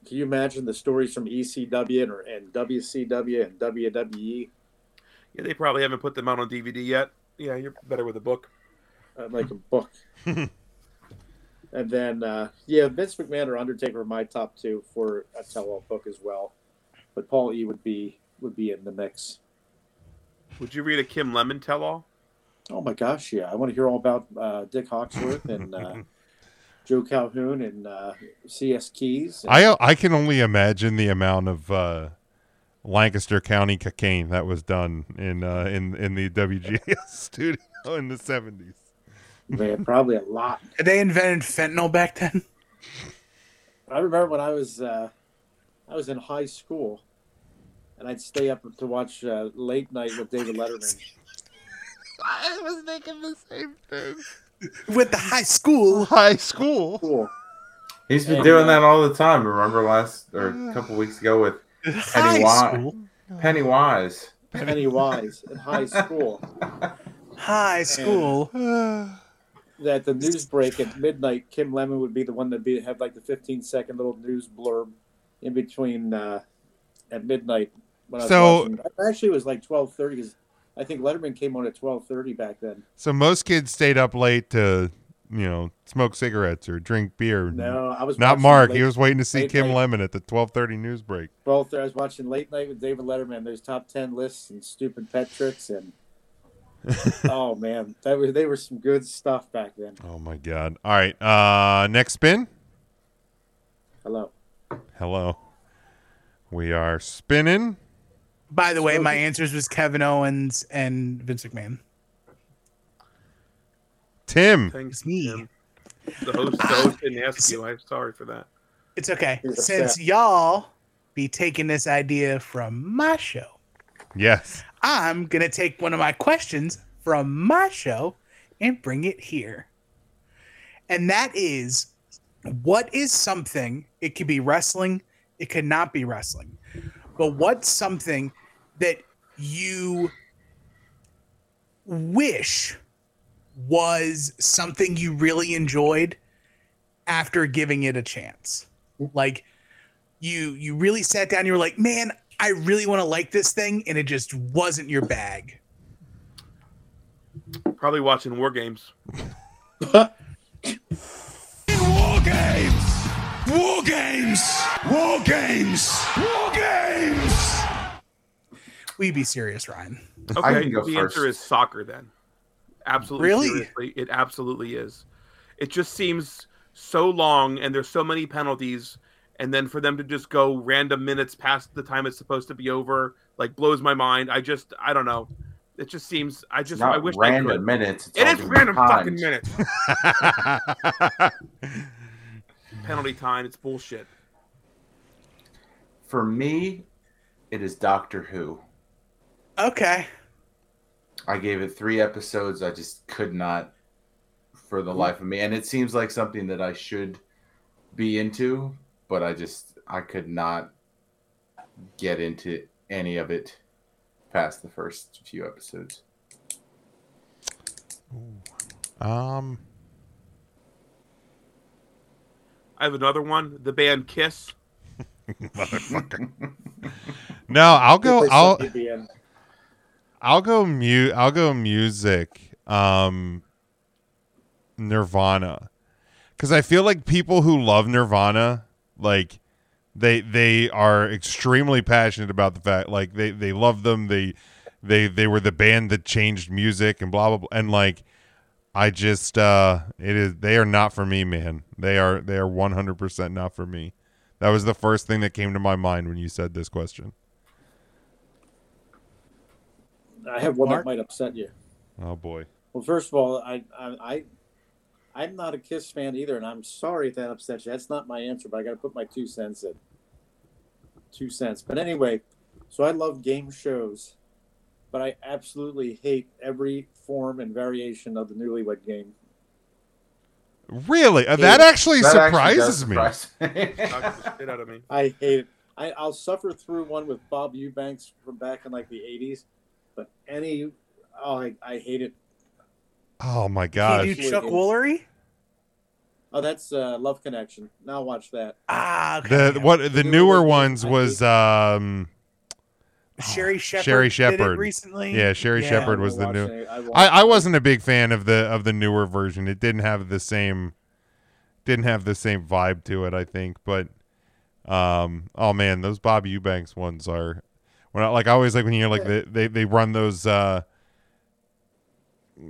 Speaker 5: Can you imagine the stories from ECW and, and WCW and E? WWE?
Speaker 2: Yeah, they probably haven't put them out on DVD yet. Yeah, you're better with a book.
Speaker 5: I'd Uh, like a book. and then, uh, yeah, Vince McMahon or Undertaker are my top two for a tell-all book as well. But Paul E. would be would be in the mix.
Speaker 2: Would you read a Kim Lemon tell-all?
Speaker 5: Oh my gosh, yeah! I want to hear all about uh, Dick Hawksworth and uh, Joe Calhoun and uh, C.S. Keys. And
Speaker 1: I uh, I can only imagine the amount of uh, Lancaster County cocaine that was done in uh, in in the WGS studio in the seventies.
Speaker 5: man, probably a lot.
Speaker 3: They invented fentanyl back then.
Speaker 5: I remember when I was uh, I was in high school, and I'd stay up to watch uh, late night with David Letterman.
Speaker 1: I was thinking the same thing.
Speaker 3: With the high school.
Speaker 1: High school.
Speaker 5: Cool.
Speaker 4: he's
Speaker 5: Hey,
Speaker 4: been doing
Speaker 5: man.
Speaker 4: that all the time. Remember last or a couple weeks ago with
Speaker 3: High
Speaker 4: Wise.
Speaker 3: school.
Speaker 4: Pennywise.
Speaker 5: Pennywise in high school.
Speaker 3: High school.
Speaker 5: that the news break at midnight, Kim Lemon would be the one that be have like the 15 second little news blurb in between uh, at midnight. When I was
Speaker 1: So-
Speaker 5: watching. actually, it was like 12:30 because I think Letterman came on at 12:30 back then.
Speaker 1: So most kids stayed up late to you know smoke cigarettes or drink beer.
Speaker 5: No, I was
Speaker 1: Not
Speaker 5: watching
Speaker 1: Mark.
Speaker 5: Late,
Speaker 1: he was waiting to see
Speaker 5: late
Speaker 1: Kim
Speaker 5: night.
Speaker 1: Lemon at the twelve thirty news break.
Speaker 5: 12:30. I was watching Late Night with David Letterman. There's top 10 lists and stupid pet tricks and. oh man, that was they were some good stuff back then.
Speaker 1: Oh my god! All right, uh, next spin.
Speaker 5: Hello.
Speaker 1: Hello, we are spinning.
Speaker 3: By the way, my answers was Kevin Owens and Vince McMahon.
Speaker 1: Tim.
Speaker 2: Thanks,
Speaker 3: It's me.
Speaker 2: Kim. The host, the host didn't ask you. I'm sorry for that.
Speaker 3: It's okay.
Speaker 5: He's upset.
Speaker 3: Since y'all be taking this idea from my show,
Speaker 1: Yes.
Speaker 3: I'm going to take one of my questions from my show and bring it here. And that is what is something, it could be wrestling, it could not be wrestling, but what's something that you wish was something you really enjoyed after giving it a chance? Like, you you really sat down you were like man i really want to like this thing and it just wasn't your bag
Speaker 2: Probably watching War Games.
Speaker 6: War games! War games! War games! War games!
Speaker 3: we be serious ryan
Speaker 2: Okay,
Speaker 4: can go
Speaker 2: the
Speaker 4: first.
Speaker 2: answer is soccer then. Absolutely.
Speaker 3: Really?
Speaker 2: seriously, It absolutely is. It just seems so long and there's so many penalties and then for them to just go random minutes past the time it's supposed to be over like blows my mind. I just I don't know. It just seems I just
Speaker 4: Not
Speaker 2: I wish
Speaker 4: random
Speaker 2: I could.
Speaker 4: minutes. it's
Speaker 2: It
Speaker 4: all
Speaker 2: is
Speaker 4: different
Speaker 2: random fucking
Speaker 4: times.
Speaker 2: minutes. Penalty time, it's bullshit.
Speaker 4: For me, it is Doctor Who.
Speaker 3: okay
Speaker 4: I gave it three episodes. I just could not for the life of me. And it seems like something that I should be into, but I just I could not get into any of it past the first few episodes.
Speaker 1: um.
Speaker 2: I have another one, the band Kiss.
Speaker 1: Motherfucker. no, I'll go.
Speaker 5: Play
Speaker 1: I'll
Speaker 5: something at the end.
Speaker 1: I'll go. Mu- I'll go music. Um, Nirvana, because I feel like people who love Nirvana, like they they are extremely passionate about the fact, like they they love them. They they they were the band that changed music and blah blah blah. And like, I just uh, it is they are not for me, man. They are they are one hundred percent not for me. That was the first thing that came to my mind when you said this question.
Speaker 5: I have one
Speaker 3: Mark?
Speaker 5: that might upset you.
Speaker 1: Oh boy.
Speaker 5: Well, first of all, I, I, I, I'm not a Kiss fan either, and I'm sorry if that upsets you. That's not my answer, but I got to put my two cents in. Two cents. But anyway, so I love game shows, but I absolutely hate every form and variation of the Newlywed Game.
Speaker 1: Really? Uh, that actually surprises me.
Speaker 4: me.
Speaker 2: Knocks the shit out of me.
Speaker 5: I hate it. I, I'll suffer through one with Bob Eubanks from back in like the '80s, but any, oh, I, I hate it.
Speaker 1: Oh my
Speaker 3: Can
Speaker 1: gosh.
Speaker 3: you do Chuck Woolery?
Speaker 5: Oh, that's uh, Love Connection. Now watch that.
Speaker 3: Ah, okay.
Speaker 1: The what the
Speaker 5: Newlywed
Speaker 1: newer
Speaker 5: Game,
Speaker 1: ones
Speaker 5: I
Speaker 1: was um
Speaker 3: Sherry Shepherd.
Speaker 1: Sherry
Speaker 3: did it
Speaker 1: Shepherd.
Speaker 3: recently.
Speaker 1: yeah, Sherry
Speaker 3: Yeah.
Speaker 1: Shepherd
Speaker 5: I
Speaker 1: was the
Speaker 5: watched
Speaker 1: new
Speaker 5: it. watched
Speaker 1: I, I
Speaker 5: it.
Speaker 1: wasn't a big fan of the of the newer version. It didn't have the same didn't have the same vibe to it, I think. But um oh man, those Bob Eubanks ones are when I like I always like when you hear like the, they they run those uh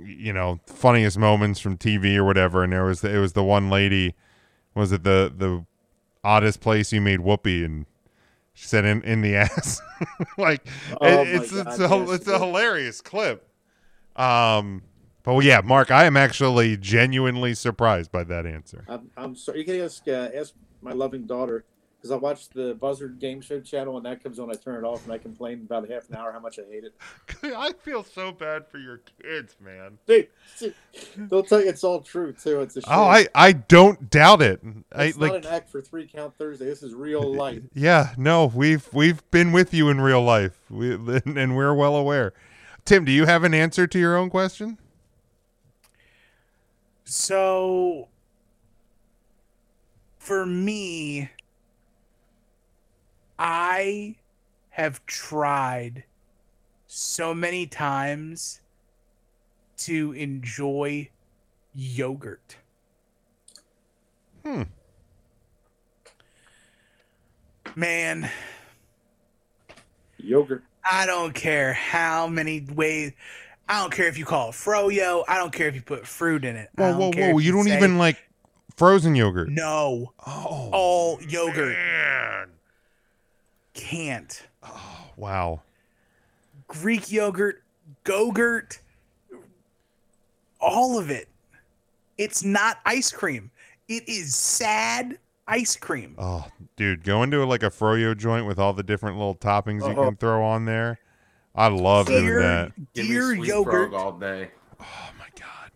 Speaker 1: you know, funniest moments from TV or whatever and there was the, it was the one lady was it the the oddest place you made whoopee and she said in in the ass. like
Speaker 5: Oh
Speaker 1: it-
Speaker 5: my
Speaker 1: it's
Speaker 5: God,
Speaker 1: it's a,
Speaker 5: yes,
Speaker 1: it's a
Speaker 5: yes.
Speaker 1: hilarious clip. Um, but yeah, Mark, I am actually genuinely surprised by that answer.
Speaker 5: I'm, I'm sorry. You can ask uh, ask my loving daughter because I watch the Buzzard Game Show channel, and that comes on. I turn it off, and I complain about half an hour how much I hate it.
Speaker 1: I feel so bad for your kids, man.
Speaker 5: Dude, they'll tell you it's all true too. It's a shame.
Speaker 1: Oh, I I don't doubt it. I
Speaker 5: It's
Speaker 1: like
Speaker 5: not an act for three count Thursday. This is real life.
Speaker 1: yeah, no, we've we've been with you in real life. We and we're well aware. Tim, do you have an answer to your own question?
Speaker 3: So for me, I have tried so many times to enjoy yogurt.
Speaker 1: Hmm.
Speaker 3: Man,
Speaker 5: Yogurt.
Speaker 3: I don't care how many ways. I don't care if you call it froyo. I don't care if you put fruit in it. I
Speaker 1: Whoa,
Speaker 3: don't
Speaker 1: whoa,
Speaker 3: care
Speaker 1: whoa!
Speaker 3: if
Speaker 1: You don't
Speaker 3: say
Speaker 1: even like frozen yogurt.
Speaker 3: no
Speaker 1: Oh,
Speaker 3: all yogurt.
Speaker 1: man.
Speaker 3: Can't
Speaker 1: Oh, wow.
Speaker 3: Greek yogurt, gogurt, all of it. It's not ice cream. It is sad ice cream.
Speaker 1: Oh, dude, going to like a froyo joint with all the different little toppings you
Speaker 5: Uh-huh.
Speaker 1: can throw on there. I love doing
Speaker 3: Dear,
Speaker 1: that.
Speaker 4: Give me
Speaker 3: dear
Speaker 4: sweet
Speaker 3: yogurt,
Speaker 4: frog all day.
Speaker 1: Oh my god.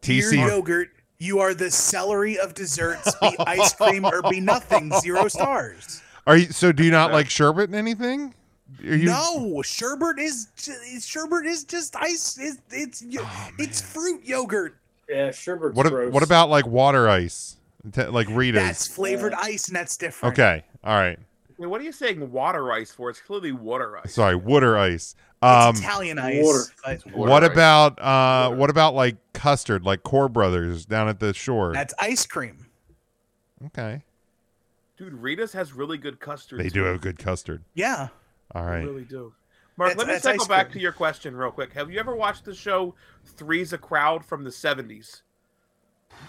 Speaker 3: dear
Speaker 1: TC
Speaker 3: yogurt, you are the celery of desserts. Be ice cream or be nothing. Zero stars.
Speaker 1: Are you so do you not like sherbet and anything? Are you
Speaker 3: no, sherbet is ju- sherbet is just ice. It's it's, yo-
Speaker 1: Oh,
Speaker 3: it's
Speaker 1: man.
Speaker 3: fruit yogurt.
Speaker 5: Yeah, uh, sherbet.
Speaker 1: What a- what about like water ice? Te- like Rita's.
Speaker 3: That's flavored
Speaker 5: Yeah.
Speaker 3: ice, and that's different.
Speaker 1: okay. All right.
Speaker 2: Now, what are you saying water ice for? It's clearly water ice.
Speaker 1: Sorry, water ice. Um
Speaker 3: It's Italian ice.
Speaker 5: water.
Speaker 3: but
Speaker 4: Water
Speaker 1: what
Speaker 4: ice.
Speaker 1: about uh what about like custard like Core Brothers down at the shore?
Speaker 3: that's ice cream.
Speaker 1: okay.
Speaker 2: Dude, Rita's has really good custard.
Speaker 1: They
Speaker 2: too.
Speaker 1: do have good custard.
Speaker 3: Yeah.
Speaker 1: All
Speaker 2: They
Speaker 1: right.
Speaker 2: really do. Mark,
Speaker 3: That's-
Speaker 2: let me
Speaker 3: that's
Speaker 2: cycle
Speaker 3: ice
Speaker 2: back
Speaker 3: cream.
Speaker 2: to your question real quick. Have you ever watched the show Three's a Crowd from the 70s?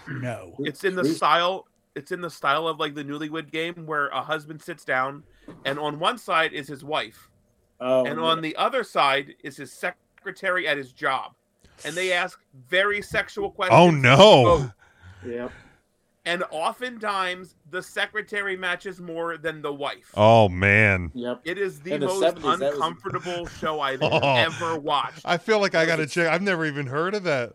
Speaker 3: No.
Speaker 2: It's in the
Speaker 5: Three's-
Speaker 2: style it's in the style of like the newlywed game where a husband sits down and on one side is his wife
Speaker 5: Oh,
Speaker 2: and on the other side is his secretary at his job. And they ask very sexual questions.
Speaker 1: Oh no.
Speaker 2: Oh.
Speaker 5: yeah.
Speaker 2: And oftentimes the secretary matches more than the wife.
Speaker 1: Oh man.
Speaker 5: Yep.
Speaker 2: It is the
Speaker 5: In the
Speaker 2: most
Speaker 5: 70s, that was-
Speaker 2: uncomfortable show I've
Speaker 1: Oh.
Speaker 2: ever watched.
Speaker 1: I feel like I gotta check. I've never even heard of that.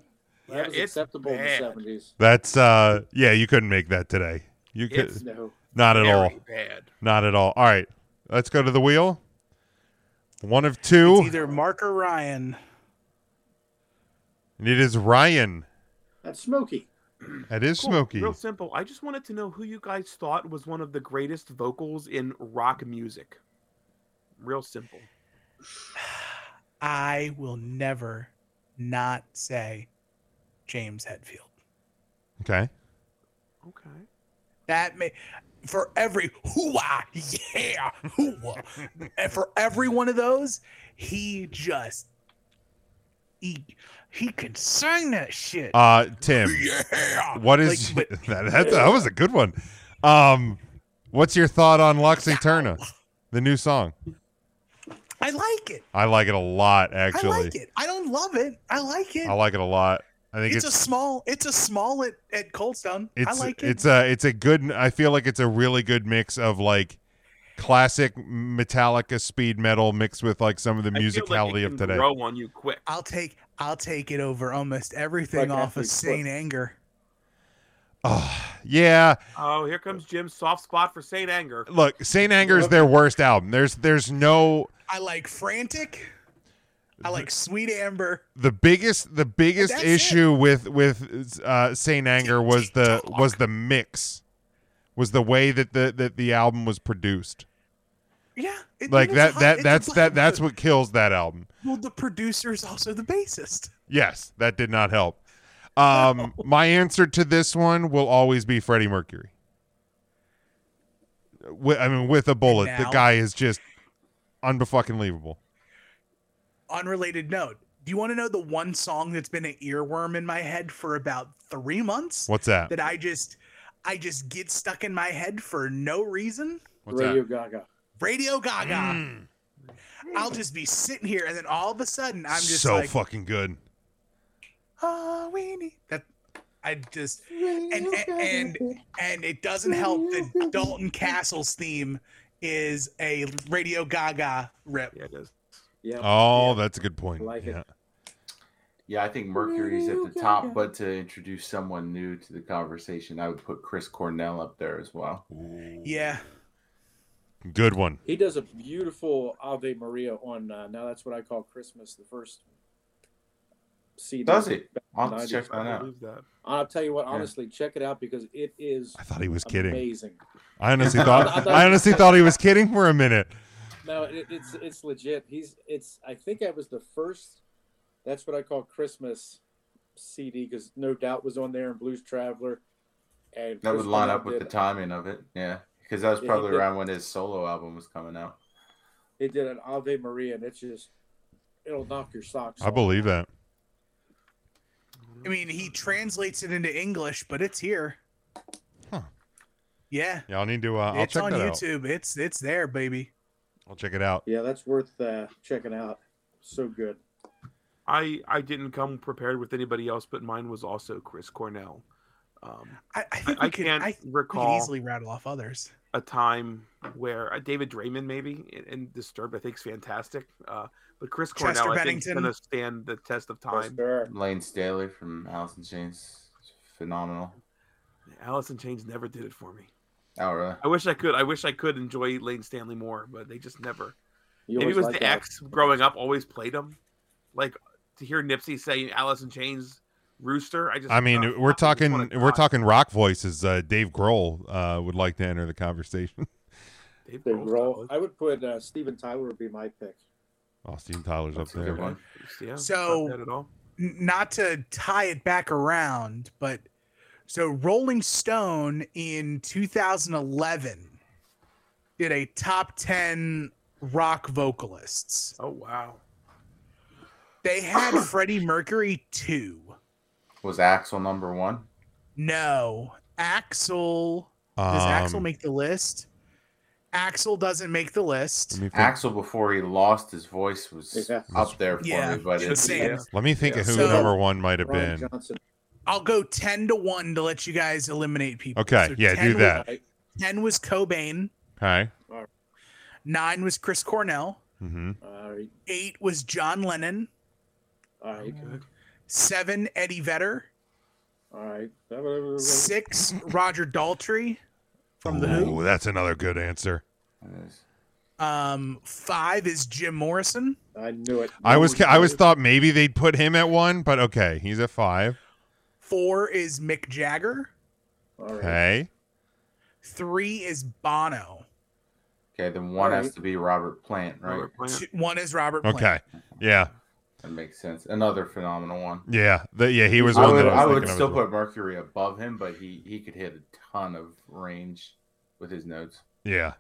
Speaker 5: That
Speaker 2: Yeah,
Speaker 5: was
Speaker 2: it's
Speaker 5: acceptable
Speaker 2: bad.
Speaker 5: in the '70s.
Speaker 1: That's uh yeah, you couldn't make that today. You could
Speaker 2: It's
Speaker 5: No.
Speaker 1: not at
Speaker 2: Very
Speaker 1: all.
Speaker 2: bad.
Speaker 1: Not at all. All right. Let's go to the wheel. One of two.
Speaker 3: It's either Mark or Ryan.
Speaker 1: and it is Ryan.
Speaker 5: That's smoky.
Speaker 1: That is
Speaker 2: Cool.
Speaker 1: Smokey.
Speaker 2: Real simple. I just wanted to know who you guys thought was one of the greatest vocals in rock music. Real simple.
Speaker 3: I will never not say James Hetfield.
Speaker 1: Okay.
Speaker 2: Okay.
Speaker 3: That may for every hoo-ah, yeah, hoo-ah. and for every one of those, he just he he can sing that shit.
Speaker 1: Uh Tim.
Speaker 3: yeah.
Speaker 1: What is
Speaker 3: Like, but
Speaker 1: that, that that was a good one. Um What's your thought on Lux Eterna, the new song?
Speaker 3: I like it.
Speaker 1: I like it a lot, actually.
Speaker 3: I like it. I don't love it. I like it.
Speaker 1: I like it a lot. I think
Speaker 3: it's,
Speaker 1: it's
Speaker 3: a small. It's a small at, at Coldstone. I
Speaker 1: it's
Speaker 3: like it.
Speaker 1: it's a it's a good. I feel like it's a really good mix of like classic Metallica speed metal mixed with like some of the
Speaker 2: I feel like
Speaker 1: musicality
Speaker 2: it
Speaker 1: of
Speaker 2: can
Speaker 1: today.
Speaker 2: Grow on you quick.
Speaker 3: I'll take. I'll take it over almost everything
Speaker 5: Like
Speaker 3: off of
Speaker 5: Athlete's Foot.
Speaker 3: Saint Anger.
Speaker 1: Ah, yeah,
Speaker 2: Oh, here comes Jim's soft spot for Saint Anger.
Speaker 1: look, Saint Anger is their worst album. There's there's no
Speaker 3: I like Frantic. I like Sweet Amber.
Speaker 1: the biggest the biggest
Speaker 3: that's it.
Speaker 1: issue with with uh, Saint Anger was the was the mix, was the way that the that the album was produced.
Speaker 3: Yeah, it-
Speaker 1: Like
Speaker 3: it's
Speaker 1: that
Speaker 3: hot-
Speaker 1: that
Speaker 3: it's
Speaker 1: that's
Speaker 3: like
Speaker 1: that
Speaker 3: the-
Speaker 1: that's what kills that album.
Speaker 3: Well, the producer is also the bassist.
Speaker 1: Yes, that did not help. Um, my answer to this one will always be Freddie Mercury. Wi- I mean, with a bullet, the
Speaker 3: now-
Speaker 1: guy is just unbefucking leavable.
Speaker 3: Unrelated note. Do you want to know the one song that's been an earworm in my head for about three months?
Speaker 1: What's that?
Speaker 3: That I just, I just get stuck in my head for no reason.
Speaker 1: What's
Speaker 5: Radio
Speaker 1: that?
Speaker 5: Gaga.
Speaker 3: Radio Gaga. I'll just be sitting here, and then all of a sudden, I'm just
Speaker 1: so
Speaker 3: like,
Speaker 1: fucking good.
Speaker 3: "Oh, we need that." I just and and and, and it doesn't help that Dalton Castle's theme is a Radio Gaga rip.
Speaker 2: Yeah, it is.
Speaker 5: Yeah.
Speaker 1: Oh,
Speaker 5: Yeah.
Speaker 1: that's a good point.
Speaker 5: I like it.
Speaker 1: yeah.
Speaker 4: Yeah, I think Mercury's at the top, but to introduce someone new to the conversation, I would put Chris Cornell up there as well.
Speaker 3: Yeah,
Speaker 1: Good one.
Speaker 5: He does a beautiful Ave Maria on uh, now. That's what I call Christmas. The first CD.
Speaker 4: Does it? I'll have to
Speaker 5: 90s.
Speaker 4: check that
Speaker 2: I
Speaker 4: out.
Speaker 2: believe that.
Speaker 5: I'll tell you what. Honestly, check it out because it is
Speaker 1: I thought he was kidding.
Speaker 5: amazing.
Speaker 1: I honestly
Speaker 5: I
Speaker 1: thought
Speaker 5: thought-
Speaker 1: I honestly thought he was kidding for a minute.
Speaker 5: No, it, it's it's legit. He's it's. I think I was the first. That's what I call Christmas CD because No Doubt was on there and Blues Traveler. And
Speaker 4: That would
Speaker 5: Chris
Speaker 4: line
Speaker 5: Cornell
Speaker 4: up with the
Speaker 5: did-
Speaker 4: timing of it. Yeah. Because that was
Speaker 5: Yeah, he
Speaker 4: probably
Speaker 5: did.
Speaker 4: around when his solo album was coming out.
Speaker 5: He did an Ave Maria, and it's just it'll knock your socks.
Speaker 1: I
Speaker 5: off.
Speaker 1: believe that.
Speaker 3: I mean, he translates it into English, but it's here.
Speaker 1: Huh.
Speaker 3: Yeah,
Speaker 1: Yeah, I'll need to. Uh, I'll
Speaker 3: it's
Speaker 1: check
Speaker 3: on
Speaker 1: that out.
Speaker 3: YouTube. It's it's there, baby.
Speaker 1: I'll check it out.
Speaker 5: Yeah, that's worth uh, checking out. So good.
Speaker 2: I I didn't come prepared with anybody else, but mine was also Chris Cornell. Um,
Speaker 3: I, I
Speaker 2: I,
Speaker 3: think
Speaker 2: I
Speaker 3: we could.
Speaker 2: can't
Speaker 3: I think we could
Speaker 2: recall
Speaker 3: easily rattle off others.
Speaker 2: a time where uh, David Draymond maybe in, in Disturbed I think is fantastic, uh, but Chris Cornell
Speaker 3: Chester
Speaker 2: I think is
Speaker 3: Bennington.
Speaker 2: going to stand the test of time.
Speaker 5: Sure.
Speaker 4: Lane Staley from Alice in Chains. Phenomenal.
Speaker 2: Allison Chains never did it for me.
Speaker 4: Oh, really?
Speaker 2: I wish I could. I wish I could enjoy Lane Stanley more, but they just never.
Speaker 5: You
Speaker 2: Maybe
Speaker 5: always
Speaker 2: it was
Speaker 5: like
Speaker 2: the
Speaker 5: that.
Speaker 2: ex growing up always played them. Like to hear Nipsey say Alice in Chains, Rooster. I just.
Speaker 1: I mean,
Speaker 2: uh,
Speaker 1: we're
Speaker 2: I just wanna
Speaker 1: talking we're
Speaker 2: die.
Speaker 1: talking rock voices. Uh, Dave Grohl uh, would like to enter the conversation.
Speaker 2: Dave
Speaker 5: Dave
Speaker 2: Grohl's
Speaker 5: Grohl.
Speaker 2: not-
Speaker 5: I would put uh, Steven Tyler would be my pick.
Speaker 1: Austin Tyler's up
Speaker 4: That's a good
Speaker 1: there.
Speaker 4: one.
Speaker 2: Yeah, not
Speaker 3: So-
Speaker 2: bad at all.
Speaker 3: N- Not to tie it back around, but so Rolling Stone in 2011 did a top 10 rock vocalists.
Speaker 2: Oh wow.
Speaker 3: They had Freddie Mercury too.
Speaker 4: Was Axel number one?
Speaker 3: No, Axel. Does Axel
Speaker 1: Um,
Speaker 3: make the list? Axel doesn't make the list.
Speaker 1: Let me think,
Speaker 4: Axel, before he lost his voice, was
Speaker 5: Yeah.
Speaker 4: up there for
Speaker 3: Yeah,
Speaker 4: me, but
Speaker 3: should
Speaker 4: it's
Speaker 3: be.
Speaker 4: yeah.
Speaker 1: let me think of who
Speaker 3: So-
Speaker 1: number one might have
Speaker 5: Brian
Speaker 1: been.
Speaker 5: Johnson.
Speaker 3: I'll go 10 to 1 to let you guys eliminate people.
Speaker 1: Okay,
Speaker 3: So
Speaker 1: yeah,
Speaker 3: 10
Speaker 1: do that.
Speaker 5: Right.
Speaker 3: 10 was Cobain,
Speaker 1: Okay.
Speaker 3: 9 was Chris Cornell,
Speaker 1: hmm
Speaker 5: All right.
Speaker 3: 8 was John Lennon,
Speaker 5: All right.
Speaker 3: seven Eddie Vedder,
Speaker 5: All right. Blah, blah, blah, blah.
Speaker 3: six Roger Daltrey from the Who,
Speaker 1: Ooh, that's another good answer.
Speaker 3: um, five is Jim Morrison,
Speaker 5: I knew it.
Speaker 1: I was I was thought maybe they'd put him at one, but okay, he's at five.
Speaker 3: four is Mick Jagger,
Speaker 5: All right.
Speaker 1: Okay.
Speaker 3: three is Bono,
Speaker 4: Okay, then one
Speaker 5: Alright.
Speaker 4: has to be Robert Plant, right?
Speaker 2: Robert Plant.
Speaker 3: two, one is Robert. Plant.
Speaker 1: Okay. Yeah.
Speaker 4: That makes sense. Another phenomenal one.
Speaker 1: Yeah. The, yeah. He was
Speaker 4: I
Speaker 1: one
Speaker 4: would,
Speaker 1: that I
Speaker 4: I
Speaker 1: was
Speaker 4: would
Speaker 1: thinking of
Speaker 4: still
Speaker 1: as well.
Speaker 4: put Mercury above him, but he, he could hit a ton of range with his notes.
Speaker 1: Yeah.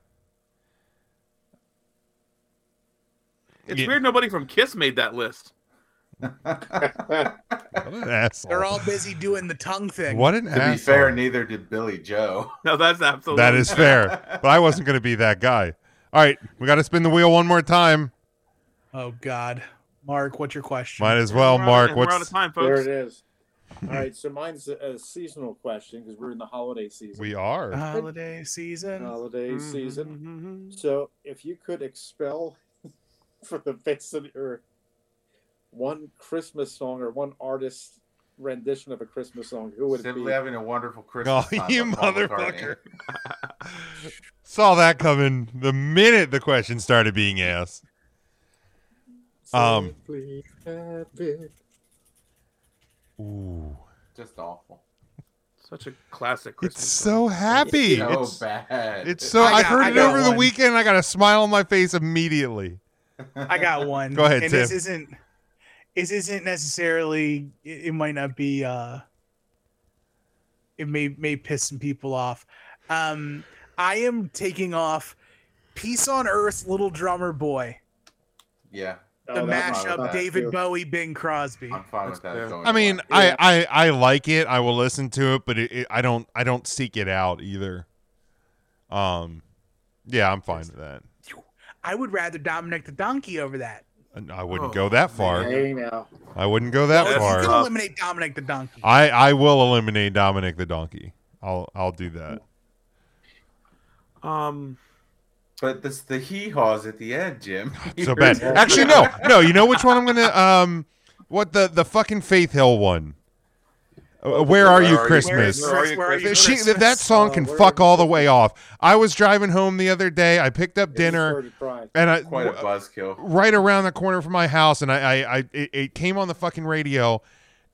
Speaker 2: It's
Speaker 1: Yeah.
Speaker 2: weird nobody from Kiss made that list.
Speaker 1: What an asshole.
Speaker 3: They're all busy doing the tongue thing.
Speaker 1: what an
Speaker 4: to
Speaker 1: asshole.
Speaker 4: be fair, neither did Billy Joe.
Speaker 2: No, that's absolutely
Speaker 1: That is fair. But I wasn't going to be that guy. All right, we got to spin the wheel one more time.
Speaker 3: Oh God, Mark, what's your question?
Speaker 1: Might as well,
Speaker 2: We're out of-
Speaker 1: Mark.
Speaker 2: and we're out of
Speaker 1: What's
Speaker 2: time,
Speaker 5: There
Speaker 2: folks.
Speaker 5: it is. All right, so mine's a, a seasonal question because we're in the holiday season.
Speaker 1: we are?
Speaker 3: Holiday season.
Speaker 5: holiday
Speaker 2: Mm-hmm.
Speaker 5: season.
Speaker 2: Mhm.
Speaker 5: So, if you could expel from the face of the earth one Christmas song or one artist rendition of a Christmas song, who would it be?
Speaker 4: Simply having a wonderful Christmas.
Speaker 1: Oh,
Speaker 4: time
Speaker 1: you
Speaker 4: with Paul McCartney.
Speaker 1: motherfucker! Saw that coming the minute the question started being asked. Um.
Speaker 5: Simply happy.
Speaker 1: Ooh,
Speaker 4: Just awful.
Speaker 2: Such a classic Christmas.
Speaker 1: it's so happy.
Speaker 4: So
Speaker 1: It's,
Speaker 4: bad.
Speaker 1: it's so.
Speaker 3: I
Speaker 1: I
Speaker 3: got-
Speaker 1: heard
Speaker 3: I
Speaker 1: it
Speaker 3: got
Speaker 1: over the
Speaker 3: one.
Speaker 1: weekend. I got a smile on my face immediately.
Speaker 3: I got one.
Speaker 1: Go ahead,
Speaker 3: and
Speaker 1: Tim.
Speaker 3: This isn't. This isn't necessarily. It, it might not be. uh It may may piss some people off. Um I am taking off. Peace on Earth, Little Drummer Boy.
Speaker 4: yeah,
Speaker 5: Oh,
Speaker 3: The
Speaker 5: that's
Speaker 4: fine with
Speaker 3: mashup:
Speaker 4: that,
Speaker 3: David
Speaker 5: too.
Speaker 3: Bowie, Bing Crosby.
Speaker 4: I'm fine
Speaker 2: That's
Speaker 4: with that.
Speaker 2: fair.
Speaker 4: going
Speaker 1: I mean,
Speaker 4: away.
Speaker 5: Yeah.
Speaker 1: I, I I like it. I will listen to it, but it, it, I don't I don't seek it out either. Um, yeah, I'm fine with that.
Speaker 3: I would rather Dominic the Donkey over that.
Speaker 1: And I wouldn't
Speaker 2: Oh,
Speaker 1: go that far.
Speaker 5: Hey now,
Speaker 1: I wouldn't go that
Speaker 3: Well, Oh, if you
Speaker 1: far.
Speaker 3: could eliminate Dominic the Donkey.
Speaker 1: I I will eliminate Dominic the donkey. I'll I'll do that.
Speaker 2: Um,
Speaker 4: but this the hee haws at the end, Jim.
Speaker 1: So bad. Actually, no, no. You know which one I'm gonna um, what the the fucking Faith Hill one. Uh, where are you,
Speaker 4: Where Are You
Speaker 1: Christmas?
Speaker 2: Where are you,
Speaker 3: Where are you,
Speaker 1: But she,
Speaker 3: Christmas?
Speaker 1: that, that song can
Speaker 5: Uh, where-
Speaker 1: fuck all the way off. I was driving home the other day. I picked up dinner
Speaker 5: Already cried.
Speaker 1: and I
Speaker 4: Quite a
Speaker 1: w-
Speaker 4: buzzkill.
Speaker 1: right around the corner from my house, and I, I, I it, it came on the fucking radio,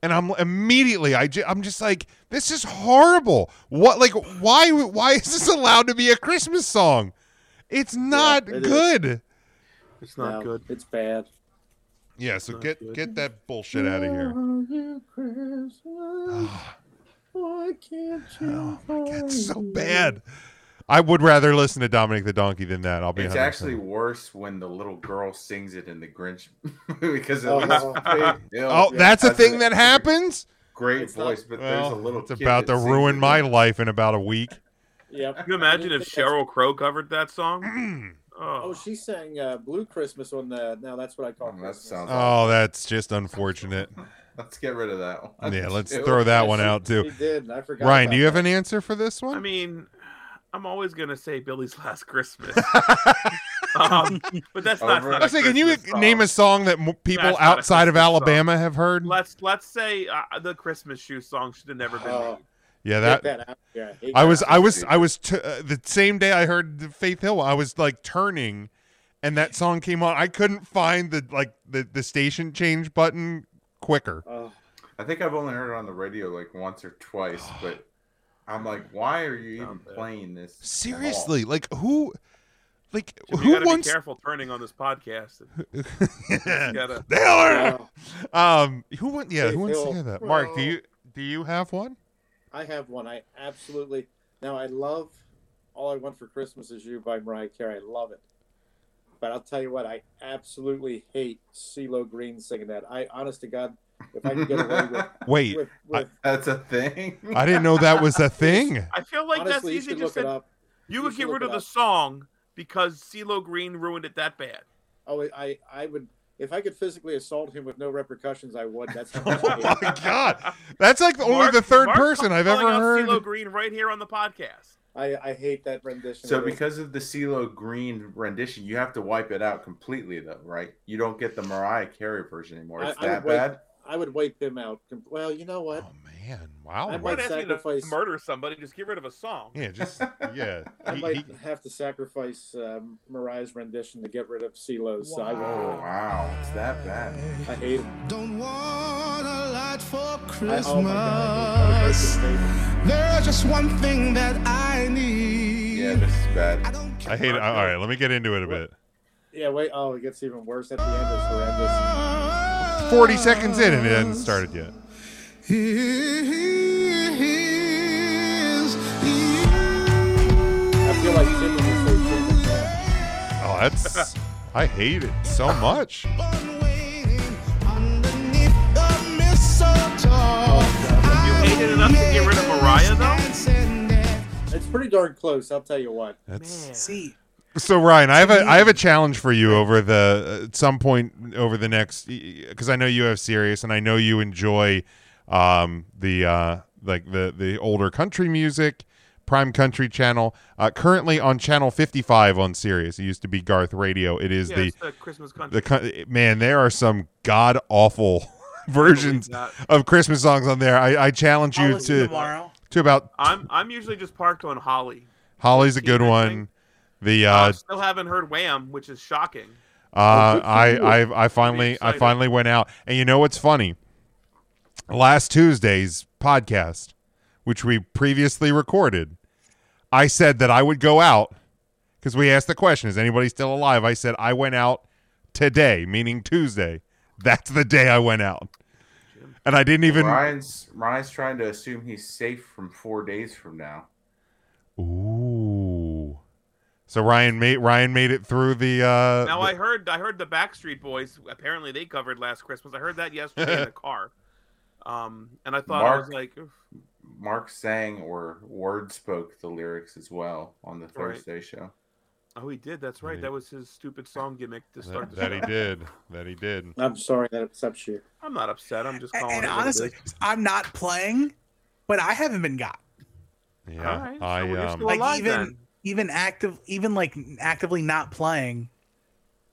Speaker 1: and I'm immediately, I, ju- I'm just like, this is horrible. What, like, why, why is this allowed to be a Christmas song? It's not
Speaker 5: it is.
Speaker 1: good.
Speaker 2: it's not
Speaker 5: No,
Speaker 2: good.
Speaker 5: It's bad.
Speaker 1: Yeah, so
Speaker 2: not
Speaker 1: get
Speaker 2: good.
Speaker 1: get that bullshit out of here. Ah.
Speaker 5: Where are you, Christmas? Why can't you?
Speaker 1: Oh my god, it's so
Speaker 5: find me?
Speaker 1: bad. I would rather listen to Dominic the Donkey than that. I'll be
Speaker 4: It's
Speaker 1: 100%.
Speaker 4: actually worse when the little girl sings it in the Grinch movie because it
Speaker 5: Oh,
Speaker 4: was
Speaker 5: no.
Speaker 1: Oh,
Speaker 5: Yeah,
Speaker 1: that's a
Speaker 4: that's a-
Speaker 1: thing that happens.
Speaker 4: great
Speaker 5: It's not-
Speaker 4: voice, but there's a
Speaker 1: Well,
Speaker 4: little.
Speaker 1: it's
Speaker 4: kid
Speaker 1: about
Speaker 4: that
Speaker 1: to
Speaker 4: sings
Speaker 1: ruin
Speaker 4: it.
Speaker 1: my life in about a week.
Speaker 5: Yep.
Speaker 2: Can you imagine if Cheryl Crow covered that song?
Speaker 1: Mm.
Speaker 5: Oh,
Speaker 2: Oh,
Speaker 5: she sang uh, "Blue Christmas" on the. Now that's what I call.
Speaker 3: Mm,
Speaker 4: Oh, that
Speaker 5: Christmas.
Speaker 4: sounds-
Speaker 1: Oh, that's just unfortunate.
Speaker 4: Let's get rid of that one.
Speaker 1: Yeah, let's
Speaker 4: Ew.
Speaker 1: throw that
Speaker 5: Yeah,
Speaker 1: one
Speaker 5: she-
Speaker 1: out
Speaker 5: She
Speaker 1: too.
Speaker 5: did. and I forgot.
Speaker 1: Ryan,
Speaker 5: about
Speaker 1: do you have
Speaker 5: that.
Speaker 1: an answer for this one?
Speaker 2: I mean, I'm always gonna say Billy's Last Christmas. um, but that's not.
Speaker 4: Over.
Speaker 2: not
Speaker 1: I was
Speaker 2: a
Speaker 1: saying, can you
Speaker 2: Christmas
Speaker 1: name
Speaker 2: song.
Speaker 1: a song that mo- people
Speaker 2: That's not a
Speaker 1: outside of
Speaker 2: Christmas song.
Speaker 1: Alabama have heard?
Speaker 2: Let's let's say uh, the Christmas shoe song should have never been
Speaker 5: Oh.
Speaker 2: made.
Speaker 1: Yeah, that
Speaker 5: Get that out. Yeah, hate
Speaker 1: I
Speaker 5: that.
Speaker 1: was, I was,
Speaker 4: Absolutely.
Speaker 1: I was t- uh, the same day I heard the Faith Hill. I was like turning, and that song came on. I couldn't find the like the the station change button quicker.
Speaker 5: Oh,
Speaker 4: I think I've only heard it on the radio like once or twice, but I'm like, why are you even
Speaker 2: Not bad.
Speaker 4: playing this? at all?
Speaker 1: Seriously, like who, like
Speaker 2: Jim, you
Speaker 1: who
Speaker 2: gotta
Speaker 1: wants?
Speaker 2: be careful turning on this podcast. You gotta-
Speaker 1: Taylor!
Speaker 5: wow.
Speaker 1: Um, who want? Yeah,
Speaker 5: Faith
Speaker 1: who wants to
Speaker 5: Hill.
Speaker 1: hear that? Mark, do
Speaker 5: Well-
Speaker 1: you do you have one?
Speaker 5: I have one. I absolutely. Now I love "All I Want for Christmas Is You" by Mariah Carey. I love it. But I'll tell you what, I absolutely hate CeeLo Green singing that. I, honest to God, if I could get away with,
Speaker 1: Wait,
Speaker 5: with, with
Speaker 4: That's a thing.
Speaker 1: I didn't know that was a thing.
Speaker 2: I feel like
Speaker 5: honestly, you
Speaker 2: that's easy.
Speaker 5: should
Speaker 2: Just
Speaker 5: look
Speaker 2: said,
Speaker 5: it up.
Speaker 2: you
Speaker 5: You
Speaker 2: would
Speaker 5: should
Speaker 2: get
Speaker 5: look
Speaker 2: rid
Speaker 5: it
Speaker 2: of the
Speaker 5: up.
Speaker 2: song because CeeLo Green ruined it that bad.
Speaker 5: Oh, I, I would if I could physically assault him with no repercussions, I would. That's how much
Speaker 1: Oh
Speaker 5: I hate him.
Speaker 1: my god, that's like only
Speaker 2: Mark-
Speaker 1: the third
Speaker 2: Mark's
Speaker 1: person I've
Speaker 2: calling
Speaker 1: ever
Speaker 2: out
Speaker 1: heard.
Speaker 2: CeeLo Green right here on the podcast.
Speaker 5: I, I hate that rendition.
Speaker 4: So
Speaker 5: of it.
Speaker 4: because of the CeeLo Green rendition, you have to wipe it out completely, though, right? You don't get the Mariah Carey version anymore.
Speaker 5: I-
Speaker 4: It's
Speaker 5: I
Speaker 4: that
Speaker 5: would wipe-
Speaker 4: bad.
Speaker 5: I would wipe him out. com- Well, you know what?
Speaker 1: Oh man, wow.
Speaker 5: I
Speaker 2: I'm
Speaker 5: might
Speaker 2: not asking you to
Speaker 5: sacrifice-
Speaker 2: murder somebody. Just get rid of a song.
Speaker 1: Yeah, just yeah.
Speaker 5: I
Speaker 1: He-
Speaker 5: might
Speaker 1: he-
Speaker 5: have to sacrifice um, Mariah's rendition to get rid of CeeLo's. So I
Speaker 4: Oh
Speaker 5: would.
Speaker 4: wow, it's that bad.
Speaker 5: I hate him.
Speaker 6: Don't want a lot for
Speaker 5: I,
Speaker 6: Christmas.
Speaker 5: oh my god. I hate that rendition.
Speaker 6: There's just one thing that I need.
Speaker 4: Yeah, this is
Speaker 6: I
Speaker 4: bad.
Speaker 6: don't care.
Speaker 1: I hate it. All right, let me get into it a bit.
Speaker 5: Yeah, wait. Oh, it gets even worse at the end. It's horrendous.
Speaker 1: 40 seconds in and it hasn't started yet.
Speaker 6: Here's you.
Speaker 5: I feel like Jimmy would say Jimmy. yeah.
Speaker 1: Oh, that's. I hate it so much.
Speaker 6: Born waiting underneath
Speaker 5: pretty darn close. I'll tell you what.
Speaker 1: That's
Speaker 3: See,
Speaker 1: so Ryan. I have a I have a challenge for you over the at some point over the next because I know you have serious and I know you enjoy um the uh like the the older country music. Prime Country Channel, uh, currently on Channel 55 on Sirius. It used to be Garth Radio. It is
Speaker 2: yeah,
Speaker 1: the
Speaker 2: it's the Christmas country.
Speaker 1: the co- man there are some god awful versions
Speaker 2: that.
Speaker 1: of christmas songs on there i, I challenge
Speaker 3: I'll
Speaker 1: you
Speaker 3: listen
Speaker 1: to
Speaker 3: tomorrow.
Speaker 1: to about
Speaker 2: I'm I'm usually just parked on Holly.
Speaker 1: holly's a
Speaker 2: Keep
Speaker 1: good
Speaker 2: that
Speaker 1: one
Speaker 2: thing.
Speaker 1: the
Speaker 2: Uh,
Speaker 1: uh,
Speaker 2: still haven't heard Wham, which is shocking.
Speaker 1: uh i i i finally i
Speaker 2: excited.
Speaker 1: finally went out and you know what's funny last tuesday's podcast which we previously recorded i said that i would go out because we asked the question is anybody still alive i said i went out today meaning tuesday that's the day i went out and i didn't even
Speaker 4: Ryan's Ryan's trying to assume he's safe from four days from now.
Speaker 1: Ooh. So Ryan made Ryan made it through the. Uh,
Speaker 2: Now
Speaker 1: the-
Speaker 2: I heard I heard the Backstreet Boys. Apparently they covered Last Christmas. I heard that yesterday in a car. Um, and I thought I was
Speaker 4: Mark.
Speaker 2: like, oof,
Speaker 4: Mark sang or word spoke the lyrics as well on the
Speaker 2: Right.
Speaker 4: Thursday show.
Speaker 2: oh, he did. That's right.
Speaker 1: Yeah.
Speaker 2: That was his stupid song gimmick to
Speaker 1: that,
Speaker 2: start the
Speaker 1: that he
Speaker 2: show.
Speaker 1: did. That he did.
Speaker 5: I'm sorry that upsets you.
Speaker 2: I'm not upset. I'm just
Speaker 3: And,
Speaker 2: calling.
Speaker 3: and
Speaker 2: it what it
Speaker 3: honestly,
Speaker 2: is.
Speaker 3: I'm not playing, but I haven't been got.
Speaker 1: Yeah.
Speaker 2: All right, so
Speaker 1: I
Speaker 2: we're just
Speaker 1: um.
Speaker 2: Well,
Speaker 3: Like
Speaker 2: alive
Speaker 3: even
Speaker 2: then.
Speaker 3: even active, even like actively not playing.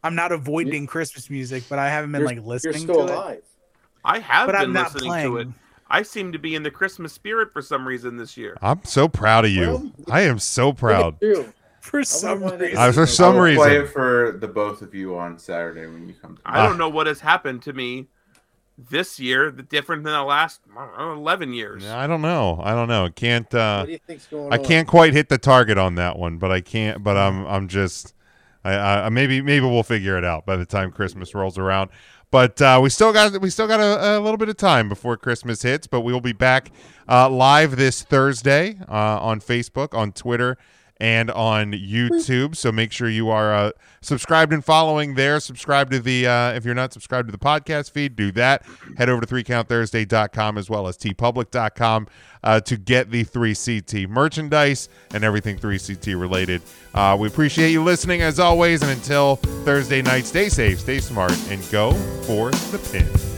Speaker 3: I'm not avoiding Christmas music, but I haven't been
Speaker 5: You're-
Speaker 3: like listening
Speaker 5: You're still
Speaker 3: to it.
Speaker 5: alive.
Speaker 2: I have
Speaker 3: But
Speaker 2: been
Speaker 3: I'm not
Speaker 2: listening
Speaker 3: playing.
Speaker 2: to it. I seem to be in the Christmas spirit for some reason this year.
Speaker 1: I'm so proud of you.
Speaker 5: Well,
Speaker 1: I am so proud.
Speaker 5: Look at you.
Speaker 3: For some
Speaker 5: why that Oh,
Speaker 3: reason,
Speaker 1: I, for
Speaker 5: I'll
Speaker 1: some
Speaker 4: I'll
Speaker 1: reason,
Speaker 4: play it for the both of you on Saturday when you come. To
Speaker 2: I
Speaker 1: Ah.
Speaker 2: don't know what has happened to me this year, the different than the last I don't know, eleven years.
Speaker 1: I don't know. I don't know. It Can't. Uh,
Speaker 5: what do you think's going
Speaker 1: I
Speaker 5: on?
Speaker 1: can't quite hit the target on that one, but I can't. But I'm. I'm just. I, I maybe maybe we'll figure it out by the time Christmas rolls around. But uh, we still got we still got a, a little bit of time before Christmas hits. But we will be back uh, live this Thursday uh, on Facebook, on Twitter, and on YouTube. So make sure you are uh, subscribed and following there. Subscribe to the uh, if you're not subscribed to the podcast feed, do that. Head over to threecountthursday.com as well as tpublic.com uh, to get the 3CT merchandise and everything 3CT related. Uh, we appreciate you listening as always. And until Thursday night, stay safe, stay smart, and go for the pin.